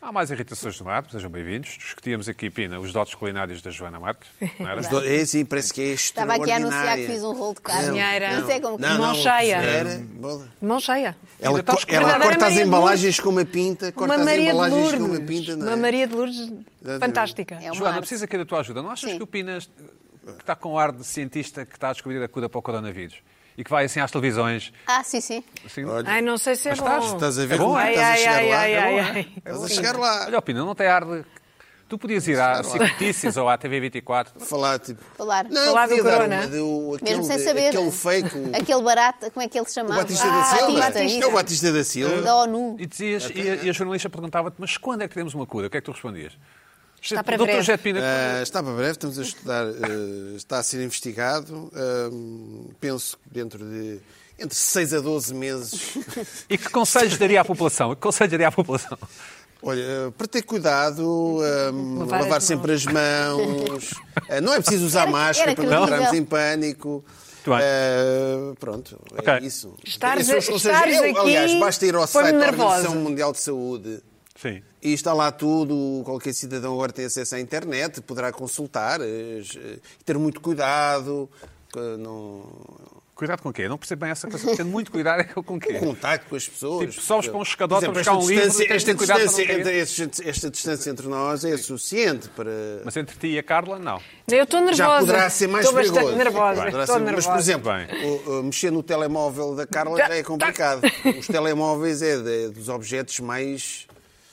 Há mais irritações do mar, sejam bem-vindos. Discutíamos aqui, Pina, os dotes culinários da Joana Marques. Não era? Os dois- É sim, parece que é Estava extraordinária. aqui a anunciar que fiz um rolo de carne. Cozinheira. Isso é como Não, Mão não, cheia. era- bola. De Mão cheia. Ela, estás co- ela verdadeira corta as Maria de embalagens com uma pinta, corta uma as Maria de embalagens Lourdes. com uma pinta, não é? Uma Maria de Lourdes fantástica. É uma Joana, arte. precisa aqui da tua ajuda. Não achas Sim. que o Pinas que está com ar de cientista que está a descobrir a cura para o coronavírus e que vai assim às televisões? Ah, sim, sim. Assim, Olha, Ai, não sei se é Mas bom. estás- estás a É ver bom, como tu é? Ai, estás a ai, chegar ai, lá? ai, ai, ai. Estás a chegar lá. Olha, o Pina, não tem ar de. Tu podias ir à SIC Notícias ou à TV24. Falar, tipo... Falar. Não, Falar do podia dar corona. uma do- aquele, Mesmo sem saber. Aquele fake, o, Aquele barato, como é que ele se o chamava? Batista da Silva. Batista, É o Batista da Silva. isso. Da ONU. E, dizias, e, a, e a jornalista perguntava-te, mas quando é que teremos uma cura? O que é que tu respondias? Está para Doutor breve. José de Pina, Ah, está para breve, estamos a estudar, ah, está a ser investigado. ah, penso que dentro de entre 6 a 12 meses. e que conselhos daria à população? Que conselhos daria à população? Olha, ah, para ter cuidado, ah, Lavar lavar, as sempre as mãos. Ah, não é preciso usar Era- máscara era para não credível. entrarmos em pânico. Muito bem. Ah, pronto, é Ok. isso. Estares- Esses são os conselhos. estares Eu, aliás, aqui basta ir ao põe-me site da nervosa. Organização Mundial de Saúde. Sim. E está lá tudo, qualquer cidadão agora tem acesso à internet, poderá consultar, eh, eh, ter muito cuidado, que não... Cuidado com o quê? Não percebo bem essa coisa. Tendo muito cuidado é com o quê? contacto com as pessoas. Tipo, sobes para um escadote Por exemplo, para buscar esta um livro, distância- tens de ter esta cuidado para não distância cair. entre esses- Esta distância entre nós é suficiente para... Mas entre ti e a Carla, não. Eu estou nervosa. Já poderá ser mais Estou perigoso. bastante nervosa. Poderá Estou ser- Mas, nervosa. por exemplo, Bem. o- o mexer no telemóvel da Carla Tá- já é complicado. Os telemóveis é de- dos objetos mais...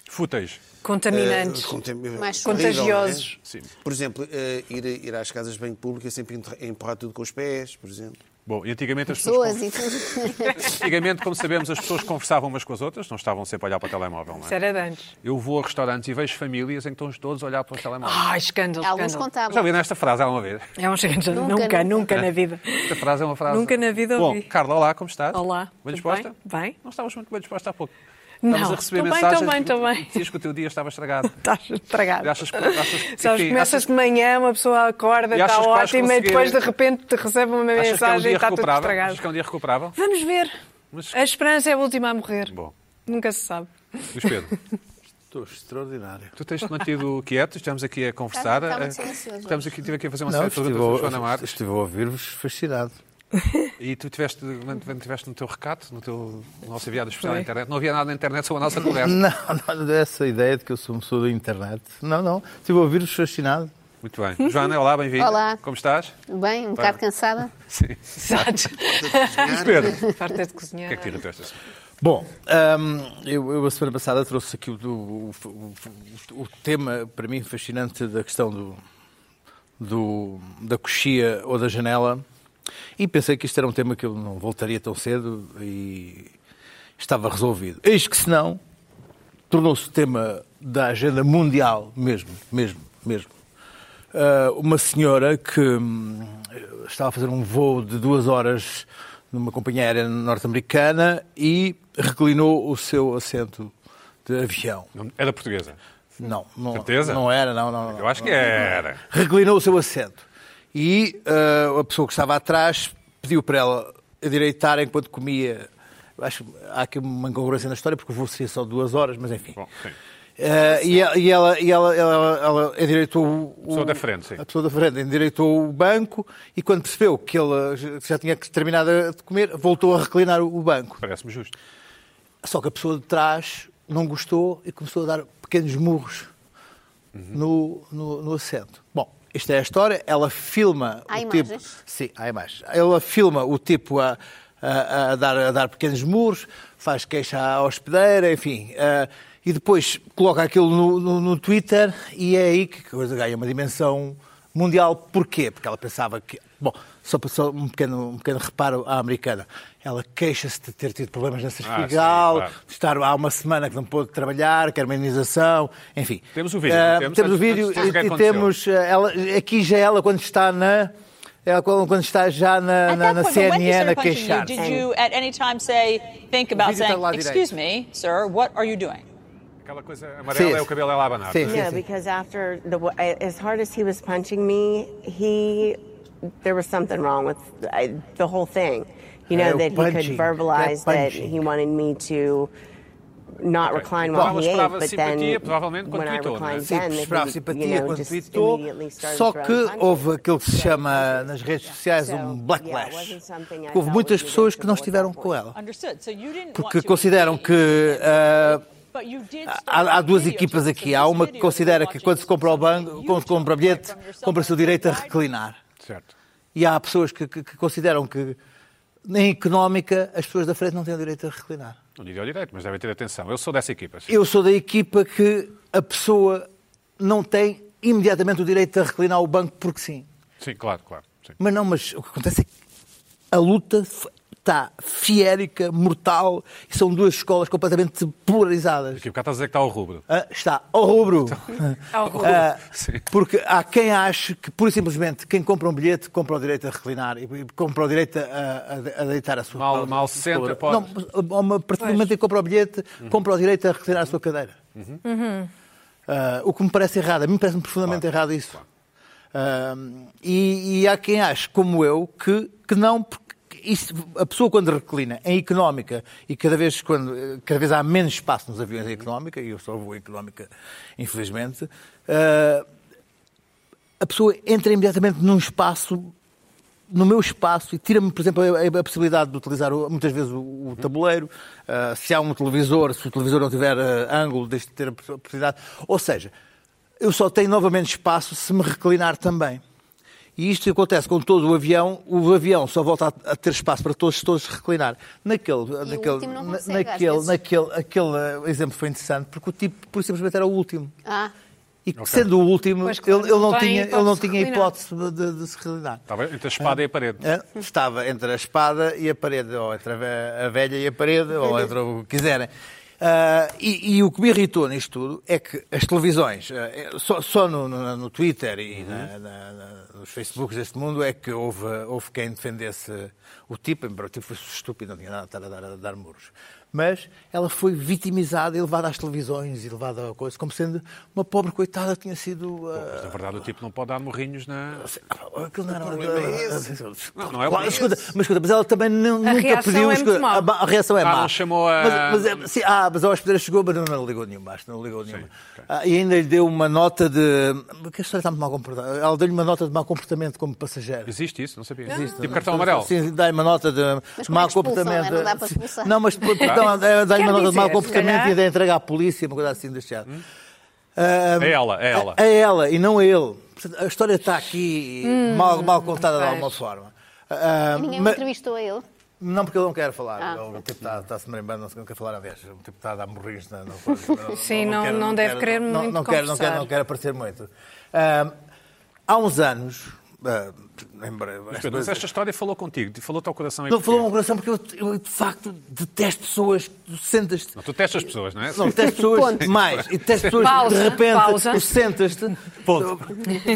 Fúteis. Contaminantes. Eh, contem- Mais horrível, não é? contagiosos. Sim. Por exemplo, eh, ir, ir às casas de banho público é sempre enterra- empurrar tudo com os pés, por exemplo. Bom, e antigamente as pessoas. Pessoas e tudo. Antigamente, como sabemos, as pessoas conversavam umas com as outras, não estavam sempre a olhar para o telemóvel, não Isso é? era de antes. Eu vou a restaurantes e vejo famílias em que estão todos a olhar para o telemóvel. Ah, escândalo, Alguns escândalo. Já contavam. ouviram esta frase alguma vez? É um escândalo. Nunca, Nunca, nunca, nunca. na vida. Esta frase é uma frase. Nunca na vida Bom, ouvi. Carla, olá, como estás? Olá, Bem tudo disposta? bem? Bem. Não estavas muito bem disposta há pouco. Não, Estávamos a receber estou bem, mensagens. estou bem, estou que- bem. que Dizias que o teu dia estava estragado. Estás Tá estragado. Achas que- achas- Sabes, enfim, começas achas- de manhã, uma pessoa acorda, E achas está que vais ótima, e conseguir- depois de repente te recebe uma Achas que é um mensagem e dia está tudo recuperável? Achas estragado. que é um dia recuperável? Vamos ver. Mas- A esperança é a última a morrer. Bom. Nunca se sabe. Luís Pedro, Estou extraordinário. tu tens-te mantido quieto, estamos aqui a conversar. Está- está Tá, muito eh, silencioso. Estamos aqui, estive aqui a fazer uma Não, série de estive, perguntas com a Joana a, Marques. estive a ouvir-vos fascinado. E tu tiveste, tiveste no teu recato, no teu no nosso enviado especial na internet, não havia nada na internet sobre a nossa conversa. Não, não, essa ideia de que eu sou uma pessoa da internet. Não, não. Estive a ouvir-vos fascinado. Muito bem. Joana, olá, bem-vinda. Olá. Como estás? Bem, um bocado cansada. Sim. Exato. Pedro, o Farta de que é cozinhar. que te irritou esta semana? Bom, hum, eu, eu a semana passada trouxe aqui o, o- o- o- o tema, para mim, fascinante da questão do, do- da coxia ou da janela e pensei que isto era um tema que eu não voltaria tão cedo e estava resolvido. Eis que se não, tornou-se tema da agenda mundial mesmo, mesmo, mesmo. Ah, uma senhora que hum, estava a fazer um voo de duas horas numa companhia aérea norte-americana e reclinou o seu assento de avião. Não- Era portuguesa. Não, não, Certeza? não era, não, não. não. Eu acho que era. Reclinou o seu assento e ah, a pessoa que estava atrás pediu para ela adireitar enquanto comia. Eu Acho que há aqui uma incongruência na história porque o voo seria só duas horas, mas enfim. Bom, sim. Eh, e ela, e ela, e ela, ela, ela endireitou o, o- Pessoa da frente, sim. a pessoa da frente, endireitou o banco e quando percebeu que ele já- já tinha terminado de comer, voltou a reclinar o o banco. Parece-me justo. Só que a pessoa de trás não gostou e começou a dar pequenos murros no, no, no assento. Bom, esta é a história. Ela filma Há o tipo. imagens? Sim, há imagens. Ela filma o tipo a, a- a dar, a dar pequenos muros, faz queixa à hospedeira, enfim. ah, e depois coloca aquilo no, no, no Twitter e é aí que a coisa ganha uma dimensão mundial. Porquê? Porque ela pensava que. Bom, só passou um pequeno, um pequeno reparo à americana. Ela queixa-se de ter tido problemas na Sastrigal, Ah, claro. de estar há uma semana que não pôde trabalhar, quer uma indenização, enfim. Temos o vídeo, Ah, não temos? o Antes- vídeo antes de dizer o que e, e aconteceu. temos ah, ela, aqui já ela quando está na ela quando quando está já na, At na, that na point, when he CNN a started punching you, queixar. did you at any time say, think about Visita saying, lá direito. excuse me, sir, what are you doing? Aquela coisa amarela Sim. é o cabelo é lá abanado. Sim. não é? No, because after the as hard as he was punching me, he there was something wrong with I, the whole thing. You know Oh, that he punching. could verbalize That that punching. he wanted me to not Okay. recline Bom, while ela he ate, esperava but simpatia, then provavelmente, quando when I tweetou, não é? reclined Sim, then, they esperava would, you simpatia know, quando just tweetou, immediately started só throwing que punches. houve aquilo que se So, chama nas redes sociais yeah, um it backlash. wasn't something I Houve thought muitas was pessoas que não negotiable estiveram at that com point. ela, Understood. So you didn't want porque to consideram engage que in ah, this, but you did start Há, há duas video, equipas so aqui. this Há uma video que that considera you're que quando se compra o watching is banco, something quando se compra o you bilhete, took from yourself compra-se o direito a and reclinar. Certo. E há pessoas que, que- que consideram que, em económica, as pessoas da frente não têm o direito a reclinar. Não diria o direito, mas devem ter atenção. Eu sou dessa equipa. sim. Eu sou da equipa que a pessoa não tem imediatamente o direito a reclinar o banco porque sim. Sim, claro, claro. sim. Mas não, mas o que acontece é que a luta f- está fiérica, mortal, e são duas escolas completamente polarizadas. Aqui o cara está a dizer que está ao rubro. Ah, está ao rubro. Ao rubro. Ah, Sim. porque há quem ache que, pura e simplesmente, quem compra um bilhete compra o direito a reclinar e e compra o direito a, a- a deitar a sua Mal- cadeira. mal se senta, pode. Não, mas, eh, uma- a partir do momento em que compra o bilhete, compra o direito a reclinar a sua cadeira. Ah, o que me parece errado, a mim parece-me profundamente errado isso. Ah, e, e há quem ache, como eu, que, que não, porque isso- a pessoa quando reclina em económica e cada vez, quando, eh, cada vez há menos espaço nos aviões em Uhum. económica, e eu só vou em económica, infelizmente, ah, a pessoa entra imediatamente num espaço, no meu espaço, e tira-me, por exemplo, a, a possibilidade de utilizar o- muitas vezes o, o tabuleiro, ah, se há um televisor, se o televisor não tiver ah, ângulo, deixo de ter a pos- a possibilidade. Ou seja, eu só tenho novamente espaço se me reclinar também. E isto acontece com todo o avião, o avião só volta a, a ter espaço para todos, todos reclinar. Naquele, naquele, último não na- consegue, às naquele, vezes. naquele aquele ah, exemplo foi interessante, porque o tipo, por simplesmente, era o último. Ah, E que sendo o último, Pois, ele- claro, ele, não não tem tinha, ele não hipótese de tinha reclinar. hipótese de, de se realidade. Estava entre a espada Ah. e a parede. É, Estava entre a espada e a parede, ou entre a ve- a velha e a parede, ou entre o que quiserem. Ah, e, e o que me irritou nisto tudo é que as televisões, ah, é- só, só no, no- no Twitter e na- na- na- nos Facebooks deste mundo, é que houve, houve quem defendesse o tipo, embora o tipo fosse estúpido, não tinha nada a estar a dar, a dar muros. Mas ela foi vitimizada e levada às televisões e levada a coisa, como sendo uma pobre coitada que tinha sido. ah, Mas, na verdade, o tipo não pode dar morrinhos na. Aquilo não era problema é esse. Não, não é o Claro, problema. escuta, mas escuta, mas ela também não, nunca reação pediu. é escuta, muito má. a, ba- a reação é Ah, má. não chamou a- Mas, mas, é- sim, ah, mas a hospedeira chegou, mas não, não ligou nenhuma. Acho, que não ligou nenhuma. Ah, e ainda lhe deu uma nota de. Que a história está muito mal comportada. Ela deu-lhe uma nota de mau comportamento como passageiro. é? Existe isso, não sabia. Tipo cartão amarelo. Sim, dá-lhe uma nota de Mas como é mau que expulsam, comportamento. é? Não dá para expulsar. Não, mas Tá. depois- dá- dá-lhe Quer uma nota de mau dizer, se comportamento calhar- e de entregar à polícia, uma coisa assim deste género. Hum? Ah, É ela, é ela. A, a ela e não a ele. Portanto, A história está aqui Hum. mal, mal contada de pois. alguma forma. Ah, ninguém ma- me é entrevistou a ele. Não, porque ele não quer falar. Ah. Ele, O tipo está, está se marimbando, não quer falar a vez. O tipo está a dar morris na. na coisa. Não- Sim, não- não deve querer muito não quer, não, quer, conversar. não quer aparecer muito. Ah, há uns anos. ah, em breve, Mas, Pedro, mas esta história falou contigo, falou-te ao coração. e não porquê? falou ao coração porque eu, eu, de facto detesto pessoas, tu sentas-te. Não, tu testas as pessoas, não é? Não, detesto pessoas Ponto. mais. E detesto pessoas Pausa, que de repente pausa. tu sentas-te, tu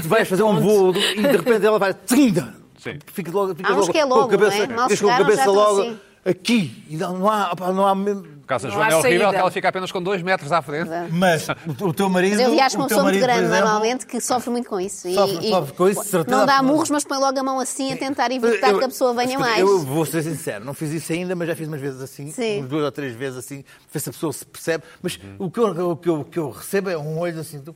vais fazer um voo e de repente ela vai. Trinda! Sim. Fica logo, fica Há uns logo que é logo, com a cabeça, não é? Mal ficas com a chegaram, cabeça já estão logo assim. aqui. E não, não há. opá, Não há mesmo- Por causa da Não há Joana é horrível saída. que ela fica apenas com dois metros à frente. Mas o- o teu marido. Mas eu viajo com o uma teu pessoa muito marido, por grande, é, exemplo, normalmente, que sofre muito com isso. E- Sofre- e sofre com isso, de certeza Não dá absoluta. murros, mas põe logo a mão assim a tentar evitar Eu- que a pessoa venha escuta, mais. Eu vou ser sincero, não fiz isso ainda, mas já fiz umas vezes assim, Sim. umas duas ou três vezes assim, para ver se a pessoa se percebe. Mas o, que eu, o que eu- o que eu recebo é um olho assim, tu,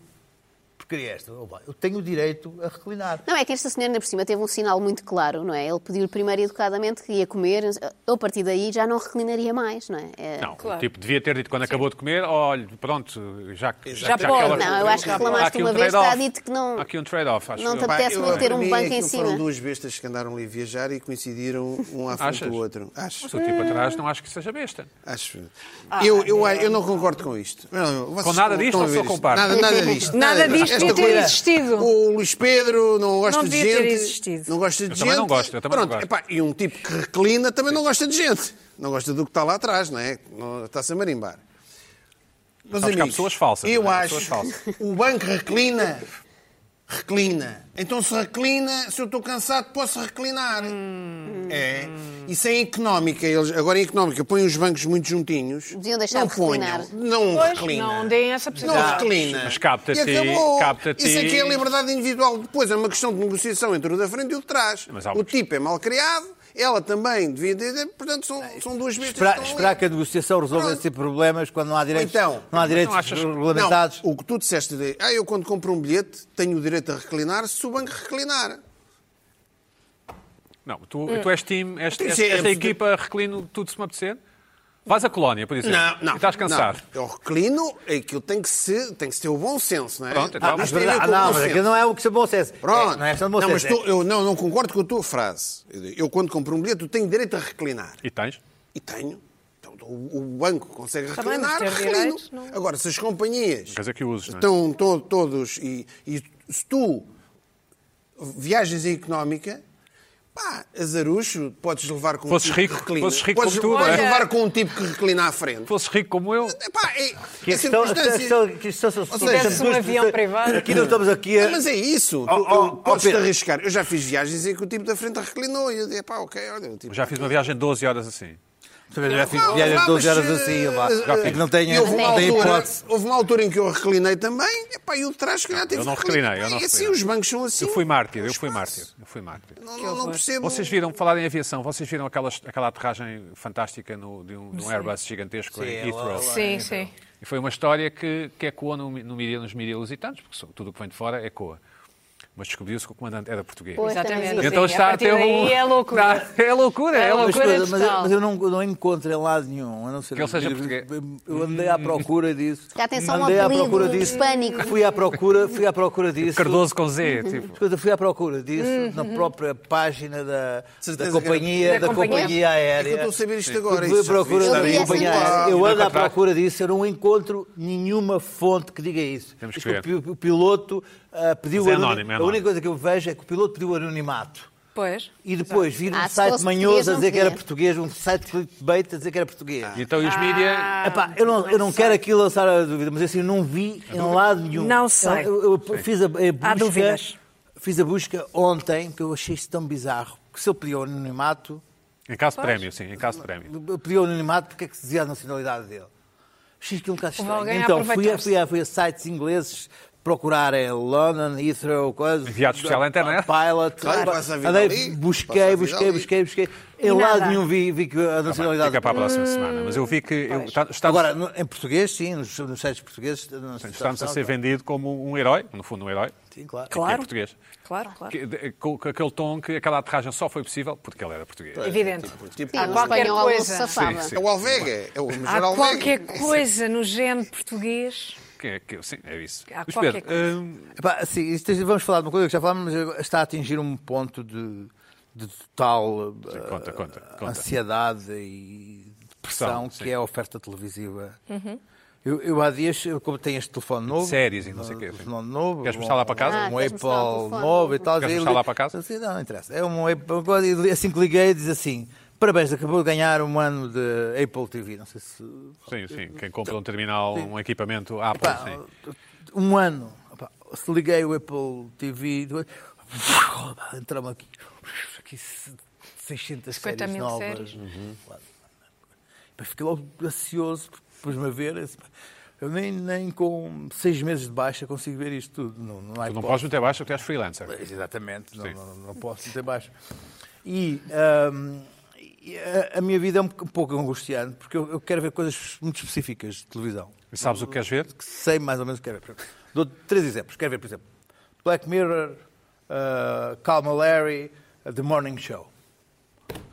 porcaria é esta? Opa, Eu tenho o direito a reclinar. Não, é que esta senhora, ainda por cima, teve um sinal muito claro, não é? Ele pediu primeiro educadamente que ia comer, eu a partir daí já não reclinaria mais, não é? É- Não, Claro. tipo, devia ter dito quando acabou de comer, olha, pronto, já que... Já que pode. aquela- Não, eu acho que Há aqui reclamaste um uma vez, está trade-off. dito que não- Há aqui um trade-off, acho não eu. te apetece muito ter para um mim, banco em aquilo cima. Foram duas bestas que andaram ali a viajar e coincidiram um à frente Achas? do outro. Acho. Se o tipo atrás, não acho que seja besta. Acho. Ah, eu, eu, eu não concordo com isto. Não, vocês Com nada estão- disto estão a ou ver só isto? com parte? Nada, nada disto. Nada disto Esta devia ter coisa- existido. O Luís Pedro não gosta Não de devia gente. ter existido. Não gosta de Eu gente. também não gosto, eu também não Pronto, gosto. epá, e um tipo que reclina também não gosta de gente. Não gosta do que está lá atrás, não é? Não- Está-se a marimbar. Meus Sabes que há pessoas falsas, Eu não é? Há acho. pessoas falsas. O banco reclina. Reclina. Então se reclina, se eu estou cansado, posso reclinar. É. Hum. Isso é em económica. Eles, agora em económica põem os bancos muito juntinhos. Deviam deixar não de reclinar. ponham, Não Pois, reclina. não deem essa Não possibilidade. reclina. Mas capta-te, E acabou. capta-te. Isso aqui é liberdade individual. Depois é uma questão de negociação entre o da frente e o de trás. Mas há o uma questão. tipo é mal criado Ela também devia dizer, portanto, são, são duas bestas. que Esperar, estão ali. esperar que a negociação resolva esses problemas quando não há direitos, Então, não há direitos não achas- regulamentados. Não, o que tu disseste, de, ah, eu quando compro um bilhete tenho o direito a reclinar se o banco reclinar. Não, tu, Hum. tu és time, és, Tem que és- ser- esta equipa reclino tudo se me apetecer. Vais à colónia, por exemplo. Não, não. E estás cansado. Não. Eu reclino, aquilo tem que, ser, tem que ter o bom senso, não é? Pronto, então, Ah, mas mas Isto tem a ver verdade, com o bom não, mas senso. aquilo não é o que se bom senso. Pronto. É, não é questão de bom não, mas senso. tu, eu não, não concordo com a tua frase. Eu digo, Eu, quando compro um bilhete, eu tenho direito a reclinar. E tens? E tenho. Então, o, o banco consegue Tá bem, reclinar, mas ter reclino. direitos, não- é? Agora, se as companhias Quer dizer que uses, não é? estão to- todos... E, e se tu viagens em económica... Pá, azarucho, podes levar com Fosses um tipo rico, que reclina. fosses rico podes, como tu, podes não é? levar com um tipo que reclina à frente. Fosses rico como eu, Epá, é, Que é isto são- circunstância- são- são- que são- são- são- seja, são- se um são- avião são- privado- Aqui não estamos aqui a... Não, mas é isso. Oh, Tu- oh, tu oh, podes-te Pedro. arriscar. Eu já fiz viagens em que o tipo da frente reclinou e eu dizia, pá, ok, olha. O tipo já fiz uma viagem de 12 horas assim. Talvez já fiz Não, viagens não, de 12 mas, horas eh, assim, vá. eh, É que não tenho, e houve, uma não tenho altura, hipótese. houve uma altura em que eu reclinei também, e, pá, e o de trás, se calhar, teve eu não que reclinar. reclinei, eu não E assim, reclinei. os bancos são assim. Eu fui mártir, eu fui Espaço. mártir, eu fui mártir. Não, não, não percebo. Vocês viram, falar em aviação, vocês viram aquelas, aquela aterragem fantástica no, de, um, de um Airbus gigantesco em Heathrow? Sim, sim. E foi uma história que, que ecoou no, no mídia, nos mídia lusitanos, porque so- tudo o que vem de fora ecoa. Mas descobriu-se que o comandante era português. Pois, Exatamente. também vi. Então Sim, está a a partir ter um... daí é loucura. Tá, é loucura, é É Mas, loucura. loucura. coisa- mas eu- total. mas eu não, não encontro em lado nenhum, a não ser Que ele seja eu- português. Eu andei à procura disso. Já tem só um andei à apelido procura disso. hispânico. Fui à procura, fui à procura disso. Cardoso com Z, tipo. Escuta, fui à procura disso Uhum. na própria página da, Certeza da que companhia, Da da companhia. É que companhia eu aérea. estou a saber isto agora. Fui à isso já procura devia da Eu li estar essa companhia notícia. aérea. Eu Ainda ando à contrato. procura disso, eu não encontro nenhuma fonte que diga isso. Temos Diz que ver. o pi- o piloto ah, pediu... Mas é anoni- anónimo, é A anónimo. única coisa que eu vejo é que o piloto pediu anonimato. Pois. E depois vir um Ah, se site fosse português, manhoso a não dizer que era podia. português, um site clickbait a dizer que era português. E então e os mídia... Ah, Epá, eu não, eu não quero aqui lançar a dúvida, mas assim, eu não vi em lado nenhum. Não sei. Eu, eu- eu fiz a, a busca, dúvidas. Fiz a busca ontem, porque eu achei isso tão bizarro. Que se ele pediu o anonimato, Em caso de prémio, sim, em caso de prémio. pediu o anonimato, porque é que se dizia a nacionalidade dele? Achei aquilo um bocado Houve estranho. alguém a Então, fui a, aproveitar-se. fui, a, fui a sites ingleses procurar em London, Heathrow, coisa. Enviado especial à internet. Pilot. Claro, passa a vida Andei, ali, passa a busquei, vida busquei, ali. busquei, busquei. Em Nada. lado nenhum vi, vi que a nacionalidade Tá Fica para a próxima semana. Mas eu vi que... eu- tá- está- Agora, no- em português, sim, nos, nos sites portugueses. não se- Estamos a ser claro. vendido como um herói, no fundo um herói, Sim, claro. que é Claro. português. Claro, claro. Que- de- com, com aquele tom que aquela aterragem só foi possível porque ele era português. Evidente. Tipo, Sim, um qualquer espanhol ao almoço coisa. safava. Sim, sim. É o Alvega. É o Há Major Alvega. qualquer coisa no gene português. Que é, que, sim, é isso. Há Mas qualquer Pedro, coisa. hum, Epá, sim, isto- vamos falar de uma coisa que já falámos, mas agora está a atingir um ponto de, de total eh, conta, conta, conta. assim, ansiedade e depressão, Pressão, que sim. é a oferta televisiva. Uhum. Eu, eu há dias, eu, como tenho este telefone novo. Séries e não sei o quê, um sim. telefone novo. Queres um- mostrar lá para casa? Ah, Um queres Apple mostrar o telefone novo e novo? tal. Queres Eu mostrar li- lá para casa? Assim, não, não interessa. É um Apple. e li- Assim que liguei, diz assim: parabéns, acabou de ganhar um ano de Apple TV. Não sei se sim, sim, quem compra um terminal, um equipamento Apple, Pá, sim. um ano. Pá, se liguei o Apple TV, do- entramos aqui, aqui se- 600 50 séries mil novas. Uhum. séries. Pá, Fiquei logo ansioso, porque pus-me a ver. eu disse, pá, Eu nem, nem com seis meses de baixa consigo ver isto tudo. Não, não, há Tu não hipótese. podes meter baixo porque és freelancer. Pois, Exatamente, não, Sim. não, não posso meter baixo. E ahm, e a, a minha vida é um pouco angustiante, porque eu, eu quero ver coisas muito específicas de televisão E sabes o que queres ver? que sei mais ou menos o que quero ver. Por exemplo, Dou três exemplos. Quero ver, por exemplo, Black Mirror, uh, Calma Larry, uh, The Morning Show.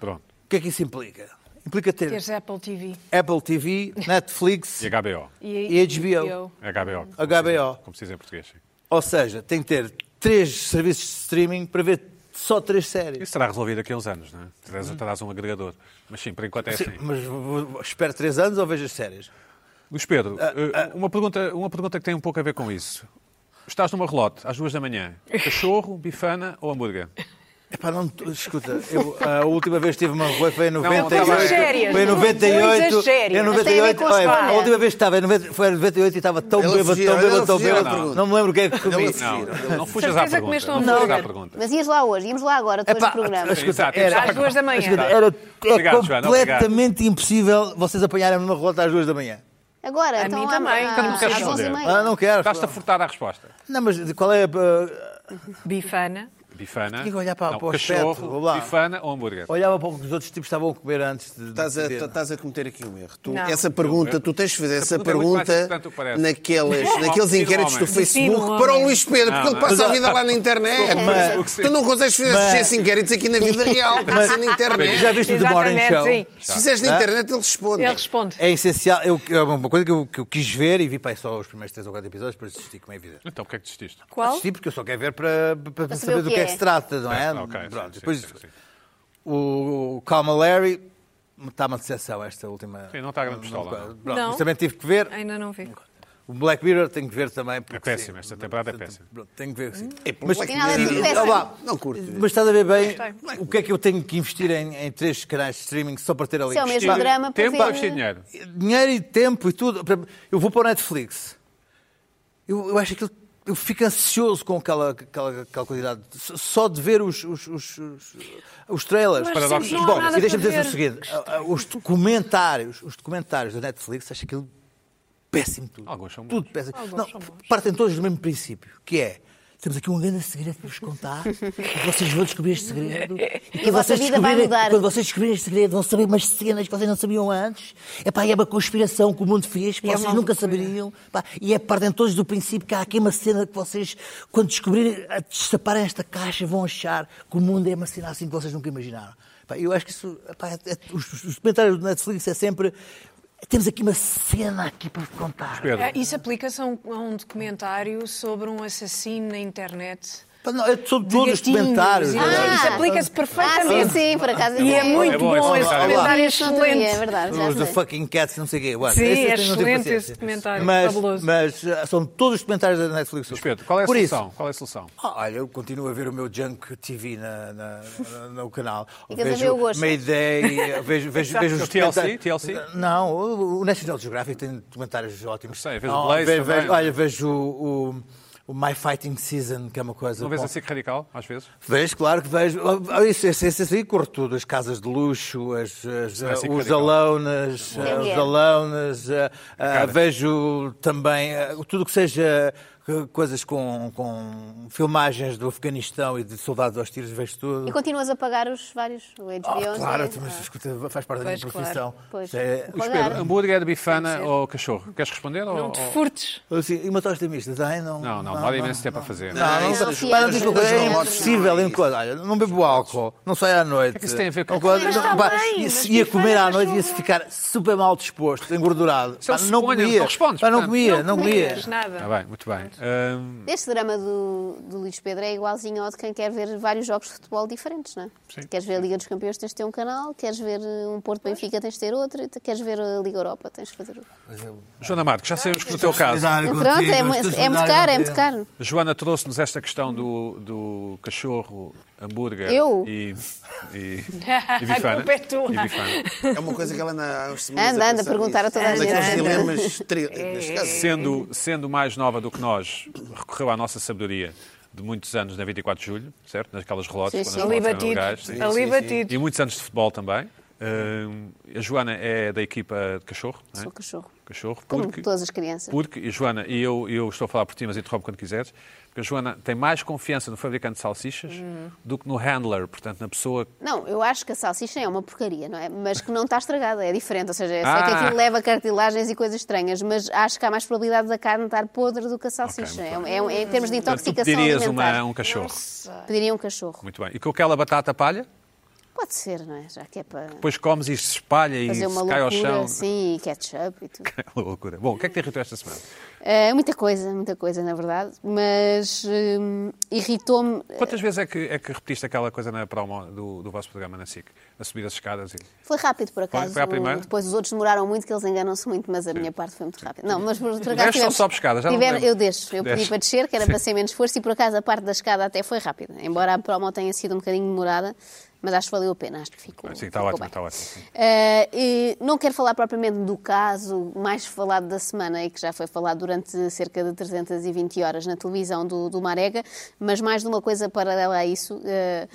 Pronto. O que é que isso implica? Implica ter Teres Apple TV. Apple TV, Netflix E HBO. e HBO. HBO. como HBO. se- Como se diz em português. sim. Ou seja, tem que ter três serviços de streaming para ver só três séries. Isso será resolvido daqui a uns anos, não é? Hum. Terás, terás um agregador. Mas sim, por enquanto é assim. Sim, mas vou- vou- espero três anos ou vejo as séries? Luís Pedro, eh, uma, pergunta, uma pergunta que tem um pouco a ver com isso. Estás numa relote às duas da manhã. Cachorro, bifana ou hambúrguer? Epá, não, escuta, eu, a última vez que tive uma rua foi em não 98. exageres, foi em não 98. exageres. Em Mas tem a ver 98 com a olha, a escolha. última vez que estava em 90 foi em 98 e estava tão Ele bêbado, fugiu, tão ele bêbado, tão fugiu à bêbado. pergunta. Não me lembro o que é que comi. fugiu. Não, Sim, não fujas à Certeza que pergunta. comeste um Não fujas à hambúrguer. pergunta. Mas ias lá hoje, íamos lá agora, depois Epá, do programa. escuta, Exato, era, exato. Às duas da manhã. escuta, era, era Obrigado, Joana, completamente impossível vocês apanharem-me numa rota às duas da manhã. Agora, A então mim há- também. há- Então não às queres 11h30. responder. Ah, não quero. Estás-te a furtar à resposta. Não, mas de qual é a. Bifana. Bifana. Tinha que olhar para- não, para o cachorro, aspecto, vou lá. bifana ou hambúrguer. Olhava para o que os outros tipos estavam a comer antes de. Estás a, de- estás a cometer aqui um erro. Tu- Não. essa pergunta, tu tens de fazer essa, Essa pergunta é muito mais pergunta, importante do que parece. naqueles, Não, naqueles tira o inquéritos do homem. Facebook Tira o para o homem. Luís Pedro, porque Não, ele passa a vida lá na internet. Mas- tu não consegues fazer esses inquéritos aqui na vida real, tem que ser na internet. Já viste o The é Morning Exatamente, Show? sim. Se fizeres na internet, ele responde. Ele responde. É essencial. Eu, é uma coisa que eu, que eu quis ver e vi pá, é só os primeiros três ou quatro episódios para assistir, como é evidente. Então, porquê é que desististe? Qual? Assisti porque eu só quero ver para, para- para saber saber o do que que é é. que se trata, não é? Ah, ok, sim, Pronto, sim, depois sim, sim. o Calma Larry está-me a decepção esta última. tá. Sim, não está a grande pistola, Pronto, não. mas Não. também tive que ver. É. Ainda não vi. O Black Mirror tenho que ver também. Porque, É péssimo, esta temporada é péssima. Pronto, tenho que ver, sim. É, Ah, Tem nada de Não, péssimo. vá, Não curto. Mas estás a ver bem o que é que eu tenho que investir em, em três canais de streaming só para ter ali. Se é o mesmo Pá, drama, para Tempo para investir ver... dinheiro. dinheiro e tempo e tudo. Por exemplo, Eu vou para o Netflix. Eu, eu acho que eu fico ansioso com aquela, aquela, aquela quantidade. S- Só de ver os, os, os, os, os trailers. Mas Paradoxos. sempre não há Bom, nada e deixa-me para dizer o ver. seguinte: ah, ah, os documentários, os documentários da Netflix, acho aquilo péssimo tudo. Alguns são Tudo péssimo. Não, partem todos do mesmo princípio, que é. Temos aqui um grande segredo para vos contar. e vocês vão descobrir este segredo. E quando a vossa vocês vida vai descobrirem- mudar. quando vocês descobrirem este segredo, vão saber umas cenas que vocês não sabiam antes. Epá, e é uma conspiração que o mundo fez, que E é vocês uma nunca loucura. saberiam. Pá, e é partem todos do princípio que há aqui uma cena que vocês, quando descobrirem, a destaparem esta caixa, vão achar que o mundo é uma cena assim que vocês nunca imaginaram. Pá, eu acho que isso, epá, é- é- os, os comentários do Netflix é sempre. Temos aqui uma cena aqui para vos contar. Pedro, Ah, Isso aplica-se a um, a um documentário sobre um assassino na internet. Pá, não, é sobre todos os gatinhos comentários. e- é- Isso aplica-se Ah, sim, perfeitamente. sim, por acaso. E é muito É bom, bom, é bom, esse é bom. documentário, é Isso não sabia, é excelente. verdade, já Os da sei. fucking cats, não sei o quê. Ué, Sim, esse eu é tenho- não tenho excelente paciência. esse documentário, Mas, fabuloso. mas ah, são todos os documentários da Netflix. Luís Pedro, qual é a Por isso, solução? Qual é a solução? Ah, olha, eu continuo a ver o meu Junk TV na, na- na- no canal. Ficas a ver o gosto. Mayday, eu vejo, vejo, vejo O os TLC? documentários- TLC? Não, o o National Geographic tem documentários ótimos. Sei, vejo o Ah, Blaze vejo- também. vejo- Olha, vejo o, o- o My Fighting Season, que é uma coisa... Não vês bom. a SIC radical, às vezes? Vejo, claro que vejo. Ah, Isso, isso, isso, isso aí corre tudo. As casas de luxo, as, as, Vai ser ah, os radical. alounas, Sim, os é. alounas. ah, ah, Cara. vejo também ah, tudo que seja ah, coisas com, com filmagens do Afeganistão e de soldados aos tiros, vejo tudo. E continuas a pagar os vários, o HBO, Ah, claro, né? mas escuta, faz parte da minha Pois, profissão. claro. Pois. É, Pagar. Hambúrguer, bifana Tem que ser. ou cachorro? Queres responder? ou- Não te ou- furtes. assim, e uma tosta mista, Ai, não. Não, não, demora imenso tempo a fazer. Não, Não, não, não, sim, para é dizer uma coisa, verdade. é impossível. em coisa. Olha, não bebo álcool, não saio à noite. O que é que isso tem a ver com- Mas não, tá está pá, bem, ia- mas ia comer à faz noite, jogo. ia-se ficar super mal disposto, engordurado. Isso é um Pá, não suponho, comia. não respondes, Pá, não portanto. comia, não comia. Não nada. Está Tá bem, muito bem. Hum, Este drama do, do Luís Pedro é igualzinho ao de quem quer ver vários jogos de futebol diferentes, não é? Sim. Queres ver a Liga dos Campeões, tens de ter um canal, queres ver eh, um Porto Benfica, tens de ter outro, e te- queres ver a Liga Europa, tens de fazer outro. Joana Marques, já sabemos que no teu caso, Pronto, é, mu- é muito caro, é muito caro. Joana trouxe-nos esta questão do, do cachorro, hambúrguer Eu? e, e, e A bifana. culpa é tua. E bifana. É uma coisa que ela anda aos semanas Anda, anda, pensar perguntar nisso. a toda a Um daqueles gente. É. dilemas tri- neste caso. Sendo, sendo mais nova do que nós, recorreu à nossa sabedoria de muitos anos na 24 de Julho, certo? Naquelas relotes, Sim, quando sim. as Ali relotes eram batido. legais. um sim. Ali batido. E muitos anos de futebol também. Hum, a Joana é da equipa de cachorro, não é? Sou cachorro. Cachorro, Como porque, todas as crianças. porque, e Joana, e eu, eu estou a falar por ti, mas interrompo quando quiseres, porque a Joana tem mais confiança no fabricante de salsichas Hum. do que no handler, portanto, na pessoa Não, eu acho que a salsicha é uma porcaria, não é? Mas que não está estragada, é diferente. Ou seja, eu sei que Ah. aquilo leva cartilagens e coisas estranhas, mas acho que há mais probabilidade da carne estar podre do que a salsicha. muito É um- é um- é em termos de Portanto, tu intoxicação pedirias alimentar. uma, um cachorro. Pediria um cachorro. Muito bem. E com aquela batata palha, Pode ser, não é? Já que é para depois comes e se espalha e se fazer uma cai ao chão. loucura, sim, e ketchup e tudo. Aquela loucura. Bom, o que é que te irritou esta semana? É muita coisa, muita coisa, na verdade, mas hum, irritou-me. Quantas vezes é que, é que repetiste aquela coisa na promo do, do vosso programa na SIC? A subir as escadas e... Foi rápido, por acaso. foi à primeira? Depois os outros demoraram muito, que eles enganam-se muito, mas a minha parte foi muito rápida. Não, mas por por acaso. Desce ou sobe escada? Já não me tiveram- lembro. eu deixo. Eu Desce. pedi para descer, que era para ser menos esforço, e por acaso a parte da escada até foi rápida. Embora a promo tenha sido um bocadinho demorada, mas acho que valeu a pena. Acho que ficou. ah, Sim, está ficou ótimo, tá bem. está ótimo. sim. Eh, e não quero falar propriamente do caso mais falado da semana e que já foi falado durante cerca de 320 horas na televisão do, do Marega, mas mais de uma coisa paralela a isso. eh,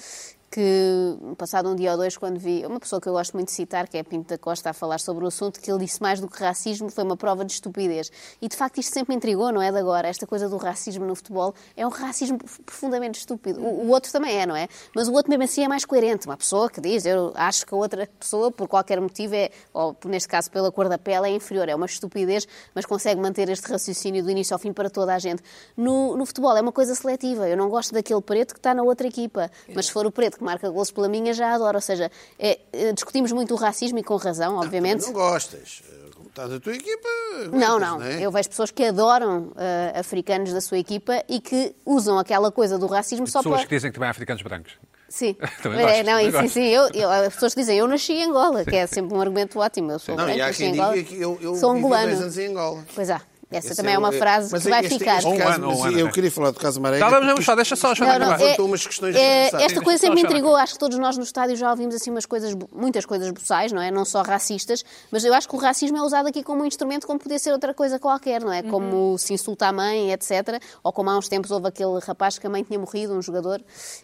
que, passado um dia ou dois, quando vi uma pessoa que eu gosto muito de citar, que é Pinto da Costa, a falar sobre o assunto, que ele disse mais do que racismo, foi uma prova de estupidez. E, de facto, isto sempre me intrigou, não é de agora? Esta coisa do racismo no futebol é um racismo profundamente estúpido. O, o outro também é, não é? Mas o outro, mesmo assim, é mais coerente. Uma pessoa que diz, eu acho que a outra pessoa, por qualquer motivo, é, ou neste caso pela cor da pele, é inferior. É uma estupidez, mas consegue manter este raciocínio do início ao fim para toda a gente. No, no futebol é uma coisa seletiva. Eu não gosto daquele preto que está na outra equipa. Mas se for o preto que marca gols pela minha, já adoro. Ou seja, é, é, discutimos muito o racismo e com razão, obviamente. Não gostas. eh, Como estás da tua equipa. Não, aguentas, não. é? Eu vejo pessoas que adoram ah, africanos da sua equipa e que usam aquela coisa do racismo só Pessoas para. que dizem que também há africanos brancos. Sim. Também É, gosto, não, também isso, gosto. sim, eu, eu, há pessoas que dizem eu nasci em Angola, que é sempre um argumento ótimo. Eu sou Não, branco, e há nasci quem em diga Angola. que eu, eu sou um vivi dois angolano. anos em Angola. Pois há, essa Esse também é, uma o- frase mas que vai este- ficar. este caso- Um ano, um mas ano, eu né? queria falar do caso Marega. Tá, vamos, porque vamos, só, deixa só deixa Não, eu não, acabar. é- levantou umas questões interessantes. esta Sim, coisa sempre me deixa eu intrigou. Acho que todos nós no estádio já ouvimos assim umas coisas, bo- muitas coisas boçais, não é? Não só racistas, mas eu acho que o racismo é usado aqui como um instrumento, como podia ser outra coisa qualquer, não é? Como se insulta a mãe, etc. Ou como há uns tempos houve aquele rapaz que a mãe tinha morrido, um jogador,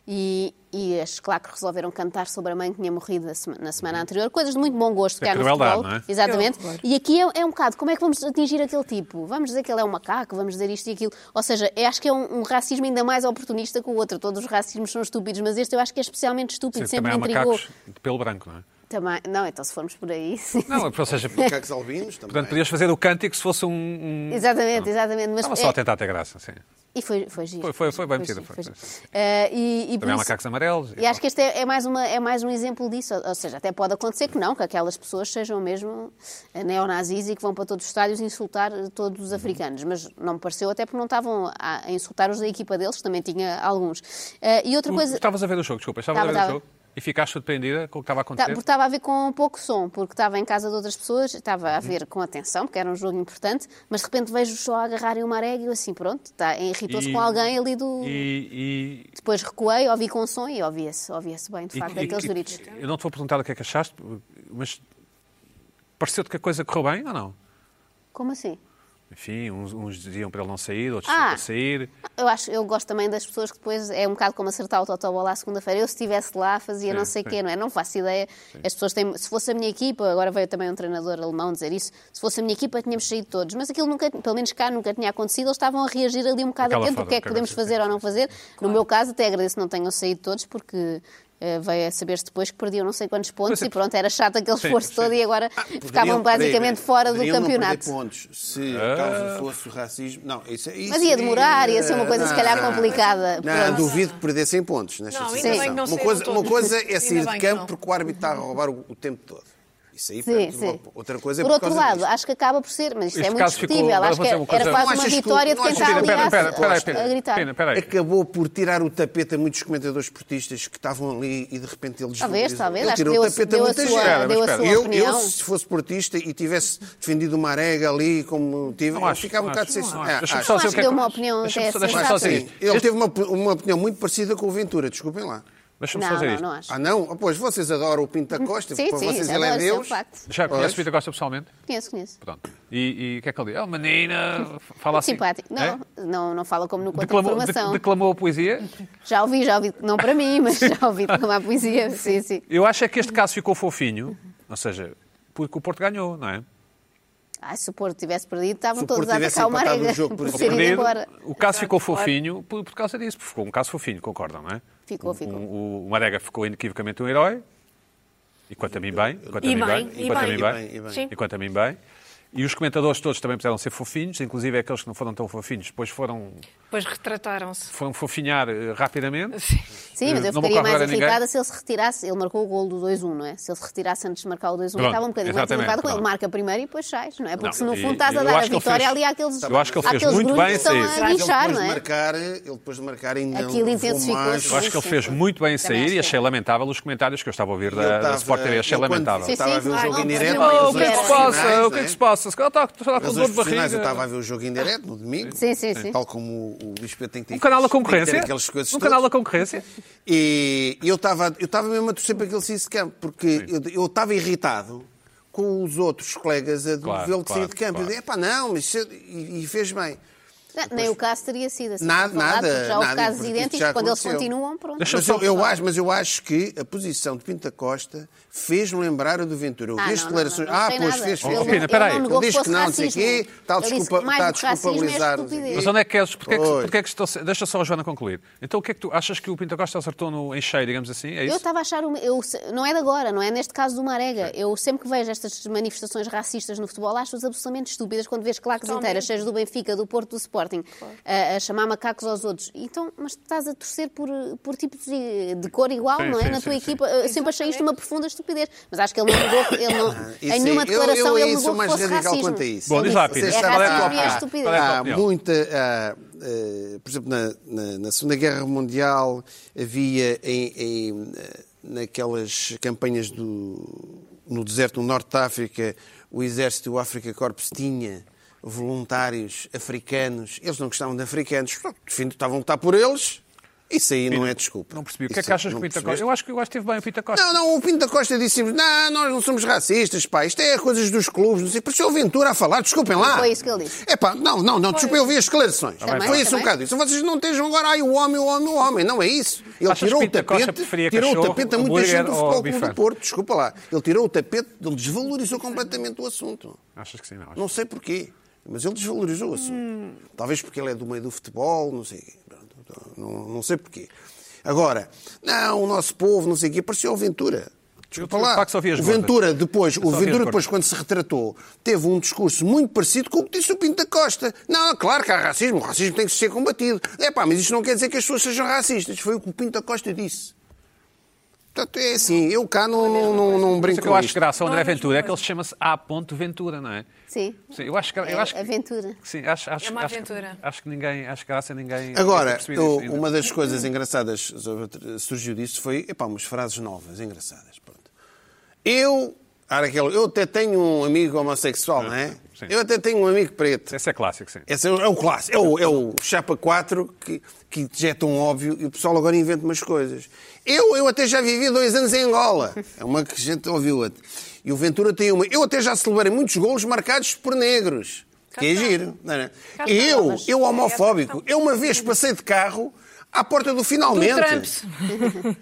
e, e as claques resolveram cantar sobre a mãe que tinha morrido na sema- na semana anterior. Coisas de muito bom gosto que Uhum. É há no crueldade, futebol. não é? Exatamente. E aqui é, é um bocado, como é que vamos atingir aquele tipo? Vamos dizer que ele é um macaco, vamos dizer isto e aquilo. Ou seja, eu acho que é um, um racismo ainda mais oportunista que o outro. Todos os racismos são estúpidos, mas este eu acho que é especialmente estúpido, Sim, sempre também me há intrigou. macacos de pelo branco, não é? Também, não, então se formos por aí. sim. Não, ou seja, portanto, Macacos albinos também. podias fazer o cântico se fosse um. um... Exatamente, exatamente. Mas Estava só a é- tentar ter graça, sim. E foi, foi giro. Foi- foi- foi bem giro, metido, foi- giro. foi. Eh, e, e por Também há isso- macacos amarelos. E acho que este é, é mais uma, é mais um exemplo disso. Ou- Ou seja, até pode acontecer que não, que aquelas pessoas sejam mesmo eh, neonazis e que vão para todos os estádios insultar eh, todos os africanos. Mas não me pareceu, até porque não estavam a, a insultar os da equipa deles, que também tinha alguns. Eh, e outra Tu- coisa. Uh, Estavas a ver o jogo, desculpa, estavas Estava, a ver o estava. jogo e ficaste surpreendida com o que estava a Tá, acontecer. porque estava a ver com pouco som, porque estava em casa de outras pessoas, estava a ver com atenção, porque era um jogo importante, mas de repente vejo só a agarrarem uma arega e eu assim, pronto, tá, irritou-se E- com alguém ali do. E, e- Depois recuei, ouvi com som e ouvia-se ouvia-se bem, de facto, e- tipo, aqueles e- gritos. Eu não te vou perguntar o que é que achaste, mas pareceu-te que a coisa correu bem ou não? Como assim? Enfim, uns, uns diziam para ele não sair, outros Ah. para sair. Eu acho, eu gosto também das pessoas que depois é um bocado como acertar o totobola à segunda-feira. Eu se estivesse lá fazia Sim, não sei sim. quê, não é? Não faço ideia. As pessoas têm, se fosse a minha equipa, agora veio também um treinador alemão dizer isso. Se fosse a minha equipa, tínhamos saído todos. Mas aquilo nunca, pelo menos cá, nunca tinha acontecido. Eles estavam a reagir ali um bocado Aquela atento do forma, que é que aquela podemos coisa, fazer sim, ou não sim, fazer. No meu caso, até agradeço que não tenham saído todos porque eh, veio a saber-se depois que perdiam não sei quantos pontos Mas é- e pronto, era chato aquele Sim, esforço sim. Ah, todo e agora ficavam Poderiam- peraí, basicamente eh, peraí, fora do poderiam não perder campeonato. pontos se a causa fosse o racismo. Não, isso, é- isso Mas ia demorar, ia ser uma é- coisa se não, calhar não. complicada. Não, Pronto. duvido que perdessem pontos nesta Não, ainda situação. bem que não uma, saíram coisa, uma todos. coisa é sair de Ainda bem campo que não. porque o árbitro está a roubar o, o tempo todo. Isso aí Sim, perde sim. uma- Outra coisa é por por outro causa lado, disto. acho que acaba por ser, mas isto Este é muito caso ficou- discutível. vou acho que fazer uma era coisa- quase Não uma achas que o- vitória de não quem achas está que- ali Pera, a, pera, pera, a pera, gritar. pera, pera aí. Acabou por tirar o tapete a muitos comentadores esportistas que estavam ali e de repente eles Talvez, talvez, Ele acho que tirou deu o a su- tapete a deu a muita sua- gente. deu a Mas sua espera, eu- Eu, opinião. se fosse portista e tivesse defendido uma arega ali como tive, Não eu acho, ficava um não bocado acho, sem não É, acho. Deixa-me acho. só dizer Não, Ah, acho o que que é deu uma opinião Deixa-me até só- deixa-me só sensata. dizer Sim, isto. ele teve uma, uma opinião muito parecida com o Ventura, desculpem lá. Deixa-me só Não, dizer não, isto. não é. acho. Ah, não? Ah, Pois vocês adoram o Pinto da Costa, Sim, para sim, vocês isso ele é adoro, isso é um Deus. facto. Já Pois. conheces o Peter Costa pessoalmente? Conheço, conheço. Pronto. E, e o que é que ele diz? É uma menina, fala assim. Simpático. É? Não, não, não fala como no conto de Declamou, informação. de- declamou a poesia? Já ouvi, já ouvi, não para mim, mas já ouvi declamar poesia. Sim, sim. Eu acho é que este caso ficou fofinho, ou seja, porque o Porto ganhou, não é? Ai, Ah, se o Porto tivesse perdido, estavam Se o todos Porto a tivesse atacar o empatado o Marega jogo, por por exemplo. ter ido embora. O caso ficou fofinho por, por causa disso, porque ficou um caso fofinho, concordam, não é? Ficou, O- ficou. O, o Marega ficou inequivocamente um herói, e quanto a mim bem, quanto a E mim bem, bem, e quanto a bem. mim E bem, e bem. bem, Sim. e quanto a mim bem. E os comentadores todos também puderam ser fofinhos, inclusive aqueles que não foram tão fofinhos, depois foram, Depois retrataram-se. foram fofinhar eh, rapidamente. Sim, mas Não eu vou ficaria mais concordar a ninguém. irritada se ele se retirasse. Ele marcou o gol do 2-1, não é? Se ele se retirasse antes de marcar o 2-1, Pronto, estava um bocadinho mais exatamente, irritada com ele. pronto. Marca primeiro e depois sais, não é? Porque Não, se no e- fundo estás a eu dar a acho que ele vitória fez- ali àqueles Eu acho que ele fez àqueles muito grupos bem que sair. estão a Ele guinchar, depois de não é? marcar, ele depois de marcar ainda um Aquilo levou intensifica-se. mais. Eu acho que ele Sim, fez sim. muito bem em Também sair e acho achei lamentável os comentários que eu estava a ouvir é. Ele da, da tava- Sport TV. Achei ele quando lamentável. Sim, Estava a sim, ver o claro. jogo em direto. Não, mas Oh, os o que é que outros se Era. passa? profissionais, O que é que né? se passa? Se calhar está está tá com Mas dor os de profissionais eu estava a barriga. ver o jogo em direto no domingo. Sim, sim, sim. Tal como o, o Luís Pedro tem que ter. Um canal da aqueles- tem que ter concorrência? Aquelas Um coisas todas. canal da concorrência? E eu estava eu estava mesmo a torcer para que ele saísse de campo, porque eu- eu estava irritado com os outros colegas a Claro, vê-lo de sair claro, de campo. Eu claro. disse, epá, não, mas isso é-" e, e fez bem. Não, nem o caso teria sido assim. Nada, Não dá, porque nada, Já houve nada, casos porque idênticos, já quando eles aconteceu. continuam, pronto. Deixa-me Mas só eu, eu acho, mas eu acho que a posição de Pinto da Costa fez-me lembrar a do Ventura. Eu Ah, vi as não, não, declarações. não, não Ah, sei pois nada. fez, Ele fez. não- Pina, ele peraí. não negou Ele que diz que fosse não, não sei racismo. quê, está a Ele disse que desculpa- tá mais está a do que racismo é desculpabilizar os estupidez. Mas onde é que eles. Porque é que, Pois. porque é que estão. Deixa só a Joana concluir. Então o que é que tu achas que o Pinto da Costa acertou no, em cheio, digamos assim? É Eu isso? estava a achar. Uma, eu, se- não é de agora, não é neste caso do Marega. Eu sempre que vejo estas manifestações racistas no futebol acho-as absolutamente estúpidas quando vês claques inteiras, seja do Benfica, do Porto, do Sporting, a, a chamar macacos aos outros. Então, mas estás a torcer por, por tipos de, de cor igual, Sim, não é? sim, Na sim, tua sim. equipa. Eu sempre achei isto uma profunda estupidez. Mas acho que ele não negou. Ele não, Isso em nenhuma aí, eu- declaração eu aí ele negou sou mais que fosse radical racismo. quanto a isso. Bom, Ele diz lá, disse, Pina, É qual é a tua racismo e é opinião? estupidez. Qual é a tua Há opinião? muita. há, eh, por exemplo, na, na- na Segunda Guerra Mundial havia em, em, eh, naquelas campanhas do, no deserto no Norte de África, o exército do Africa Corps tinha voluntários africanos. Eles não gostavam de africanos. Pronto, de fim, estavam a lutar por eles. Isso aí não é desculpa. Não percebi. O que é Isso que achas que não o Pinto da Costa. percebeste? Eu acho que eu acho que teve bem o Pinto da Costa. Não, não, o Pinto da Costa disse não, nós não somos racistas, pá, isto é coisas dos clubes, não sei. Pareceu o Ventura a falar, desculpem lá. Foi isso que ele disse. É pá, não, não, não, desculpem, eu vi as declarações. Também, Foi isso um também. bocado isso. Vocês não estejam agora, ai, o homem, o homem, o homem, não é isso. Ele Achas tirou que o Pinto da Costa tapete, preferia tirou o cachorro, tapete a muita gente do hambúrguer Futebol ou Clube do bifana? Porto, desculpa lá. Ele tirou o tapete, ele desvalorizou completamente o assunto. Achas que sim, Hum. não. Não sei porquê, mas ele desvalorizou o assunto. Talvez porque ele é do meio do futebol, não sei. então, Não, não sei porquê. Agora, não, o nosso povo, não sei o quê, pareceu o Ventura. Desculpa Eu, de lá. facto, só vi as o gordas. Ventura depois, Eu o só vi as Ventura gordas. depois, quando se retratou, teve um discurso muito parecido com o que disse o Pinto da Costa. Não, é claro que há racismo, o racismo tem que ser combatido. É pá, mas isto não quer dizer que as pessoas sejam racistas. Foi o que o Pinto da Costa disse. Portanto, é assim, eu cá não, não, não, não Mas brinco o é que eu com acho isto. graça ao André Ventura é que ele se chama-se A. ponto Ventura, não é? Sim. Sim, eu acho que. Eu É acho que aventura. Sim, acho, acho, É uma acho- aventura. Acho, que ninguém. Acho que graça a ninguém. Agora, ter percebido eu- isso ainda. uma das coisas engraçadas sobre- surgiu disso foi epá, umas frases novas, engraçadas. Pronto. Eu, era aquele- eu até tenho um amigo homossexual, não é? sim. Eu até tenho um amigo preto. Esse é clássico, sim. Esse é o, é o clássico, é o, é o chapa 4 que, que já é tão óbvio e o pessoal agora inventa umas coisas. Eu, eu até já vivi dois anos em Angola. É uma que a gente ouviu. a- E o Ventura tem uma. Eu até já celebrei muitos golos marcados por negros. Que é giro. não é? Eu, eu homofóbico, eu uma vez passei de carro à porta do finalmente. Trump.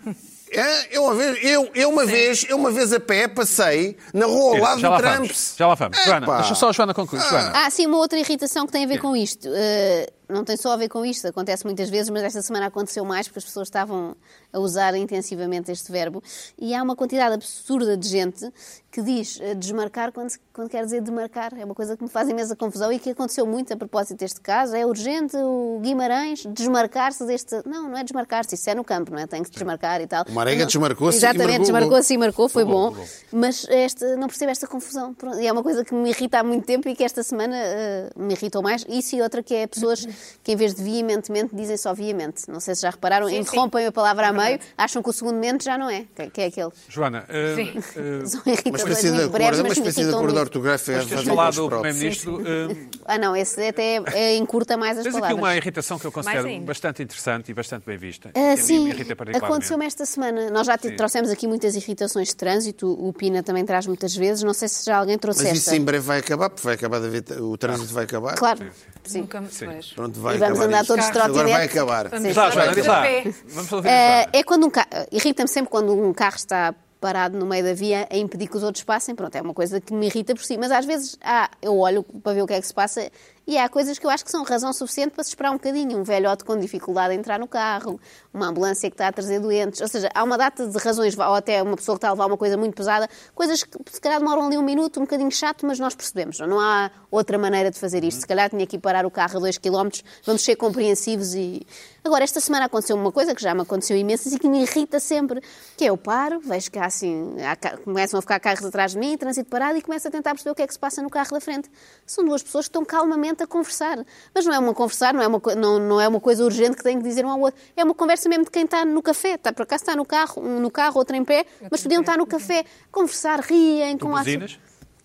É, eu uma vez, eu, eu uma vez, eu uma vez a pé passei na rua ao lado já do lá Trump. vamos. Já lá vamos. Joana, Epá. deixa só a Joana concluir. Joana. Ah, sim, uma outra irritação que tem a ver com isto. Eh, não tem só a ver com isto, acontece muitas vezes, mas esta semana aconteceu mais porque as pessoas estavam a usar intensivamente este verbo. E há uma quantidade absurda de gente que diz eh, desmarcar quando, se- quando quer dizer demarcar. É uma coisa que me faz imensa confusão e que aconteceu muito a propósito deste caso. É urgente o Guimarães desmarcar-se deste. Não, não é desmarcar-se, isso é no campo, não é? Tem que se desmarcar e tal. O Marega Não- desmarcou-se e Exatamente, marcou o desmarcou-se gol. sim, marcou, foi bom. Mas este, não percebo esta confusão. Pronto, E é uma coisa que me irrita há muito tempo e que esta semana eh, me irritou mais. Isso e outra que é pessoas que em vez de veementemente dizem só veemente. Não sei se já repararam, interrompem a palavra a meio, acham que o segundo mente já não é, que, que é aquele. Joana, eh, eh, São Uma irritadores espécie de muito breves, acordo, uma mas me espécie de irritam acordo muito. ortográfico. é tens fazer falado com do os próprios. Primeiro-Ministro. eh, Ah não, esse até é, é encurta mais as Tens aqui palavras. uma irritação que eu considero ainda. bastante interessante e bastante bem vista. que a Ah, mim me sim, irrita particularmente. aconteceu-me esta semana. Nós já te- trouxemos aqui muitas irritações de trânsito, o Pina também traz muitas vezes. Não sei se já alguém trouxe Mas esta. isso em breve vai acabar, porque vai acabar de haver, o trânsito vai acabar. Claro, sim. Nunca me vejo. Pronto, vai E vamos acabar andar isto. todos de Agora vai trotinete. acabar. Vamos Sim. Diz lá, Joana, diz lá. Pé. Vamos ouvir a Eh, Joana. é quando um carro. Irrita-me sempre quando um carro está parado no meio da via a impedir que os outros passem. Pronto, é uma coisa que me irrita por si. Mas às vezes há, eu olho para ver o que é que se passa e há coisas que eu acho que são razão suficiente para se esperar um bocadinho. Um velhote com dificuldade a entrar no carro, uma ambulância que está a trazer doentes. Ou seja, há uma data de razões, ou até uma pessoa que está a levar uma coisa muito pesada, coisas que se calhar demoram ali um minuto, um bocadinho chato, mas nós percebemos. Não há outra maneira de fazer isto. Se calhar tinha que ir parar o carro a dois quilómetros, vamos ser compreensivos e. Agora, esta semana aconteceu uma coisa que já me aconteceu imenso e que me irrita sempre, que é eu paro, vejo que há assim, há ca- começam a ficar carros atrás de mim, trânsito parado, e começo a tentar perceber o que é que se passa no carro da frente. São duas pessoas que estão calmamente a conversar. Mas não é uma conversar, não é uma, co- não, não é uma coisa urgente que tem que dizer um ao outro. É uma conversa mesmo de quem está no café. Está, por acaso está no carro, um no carro, outro em pé, mas podiam estar no café, conversar, riem, Tu com aço- buzinas?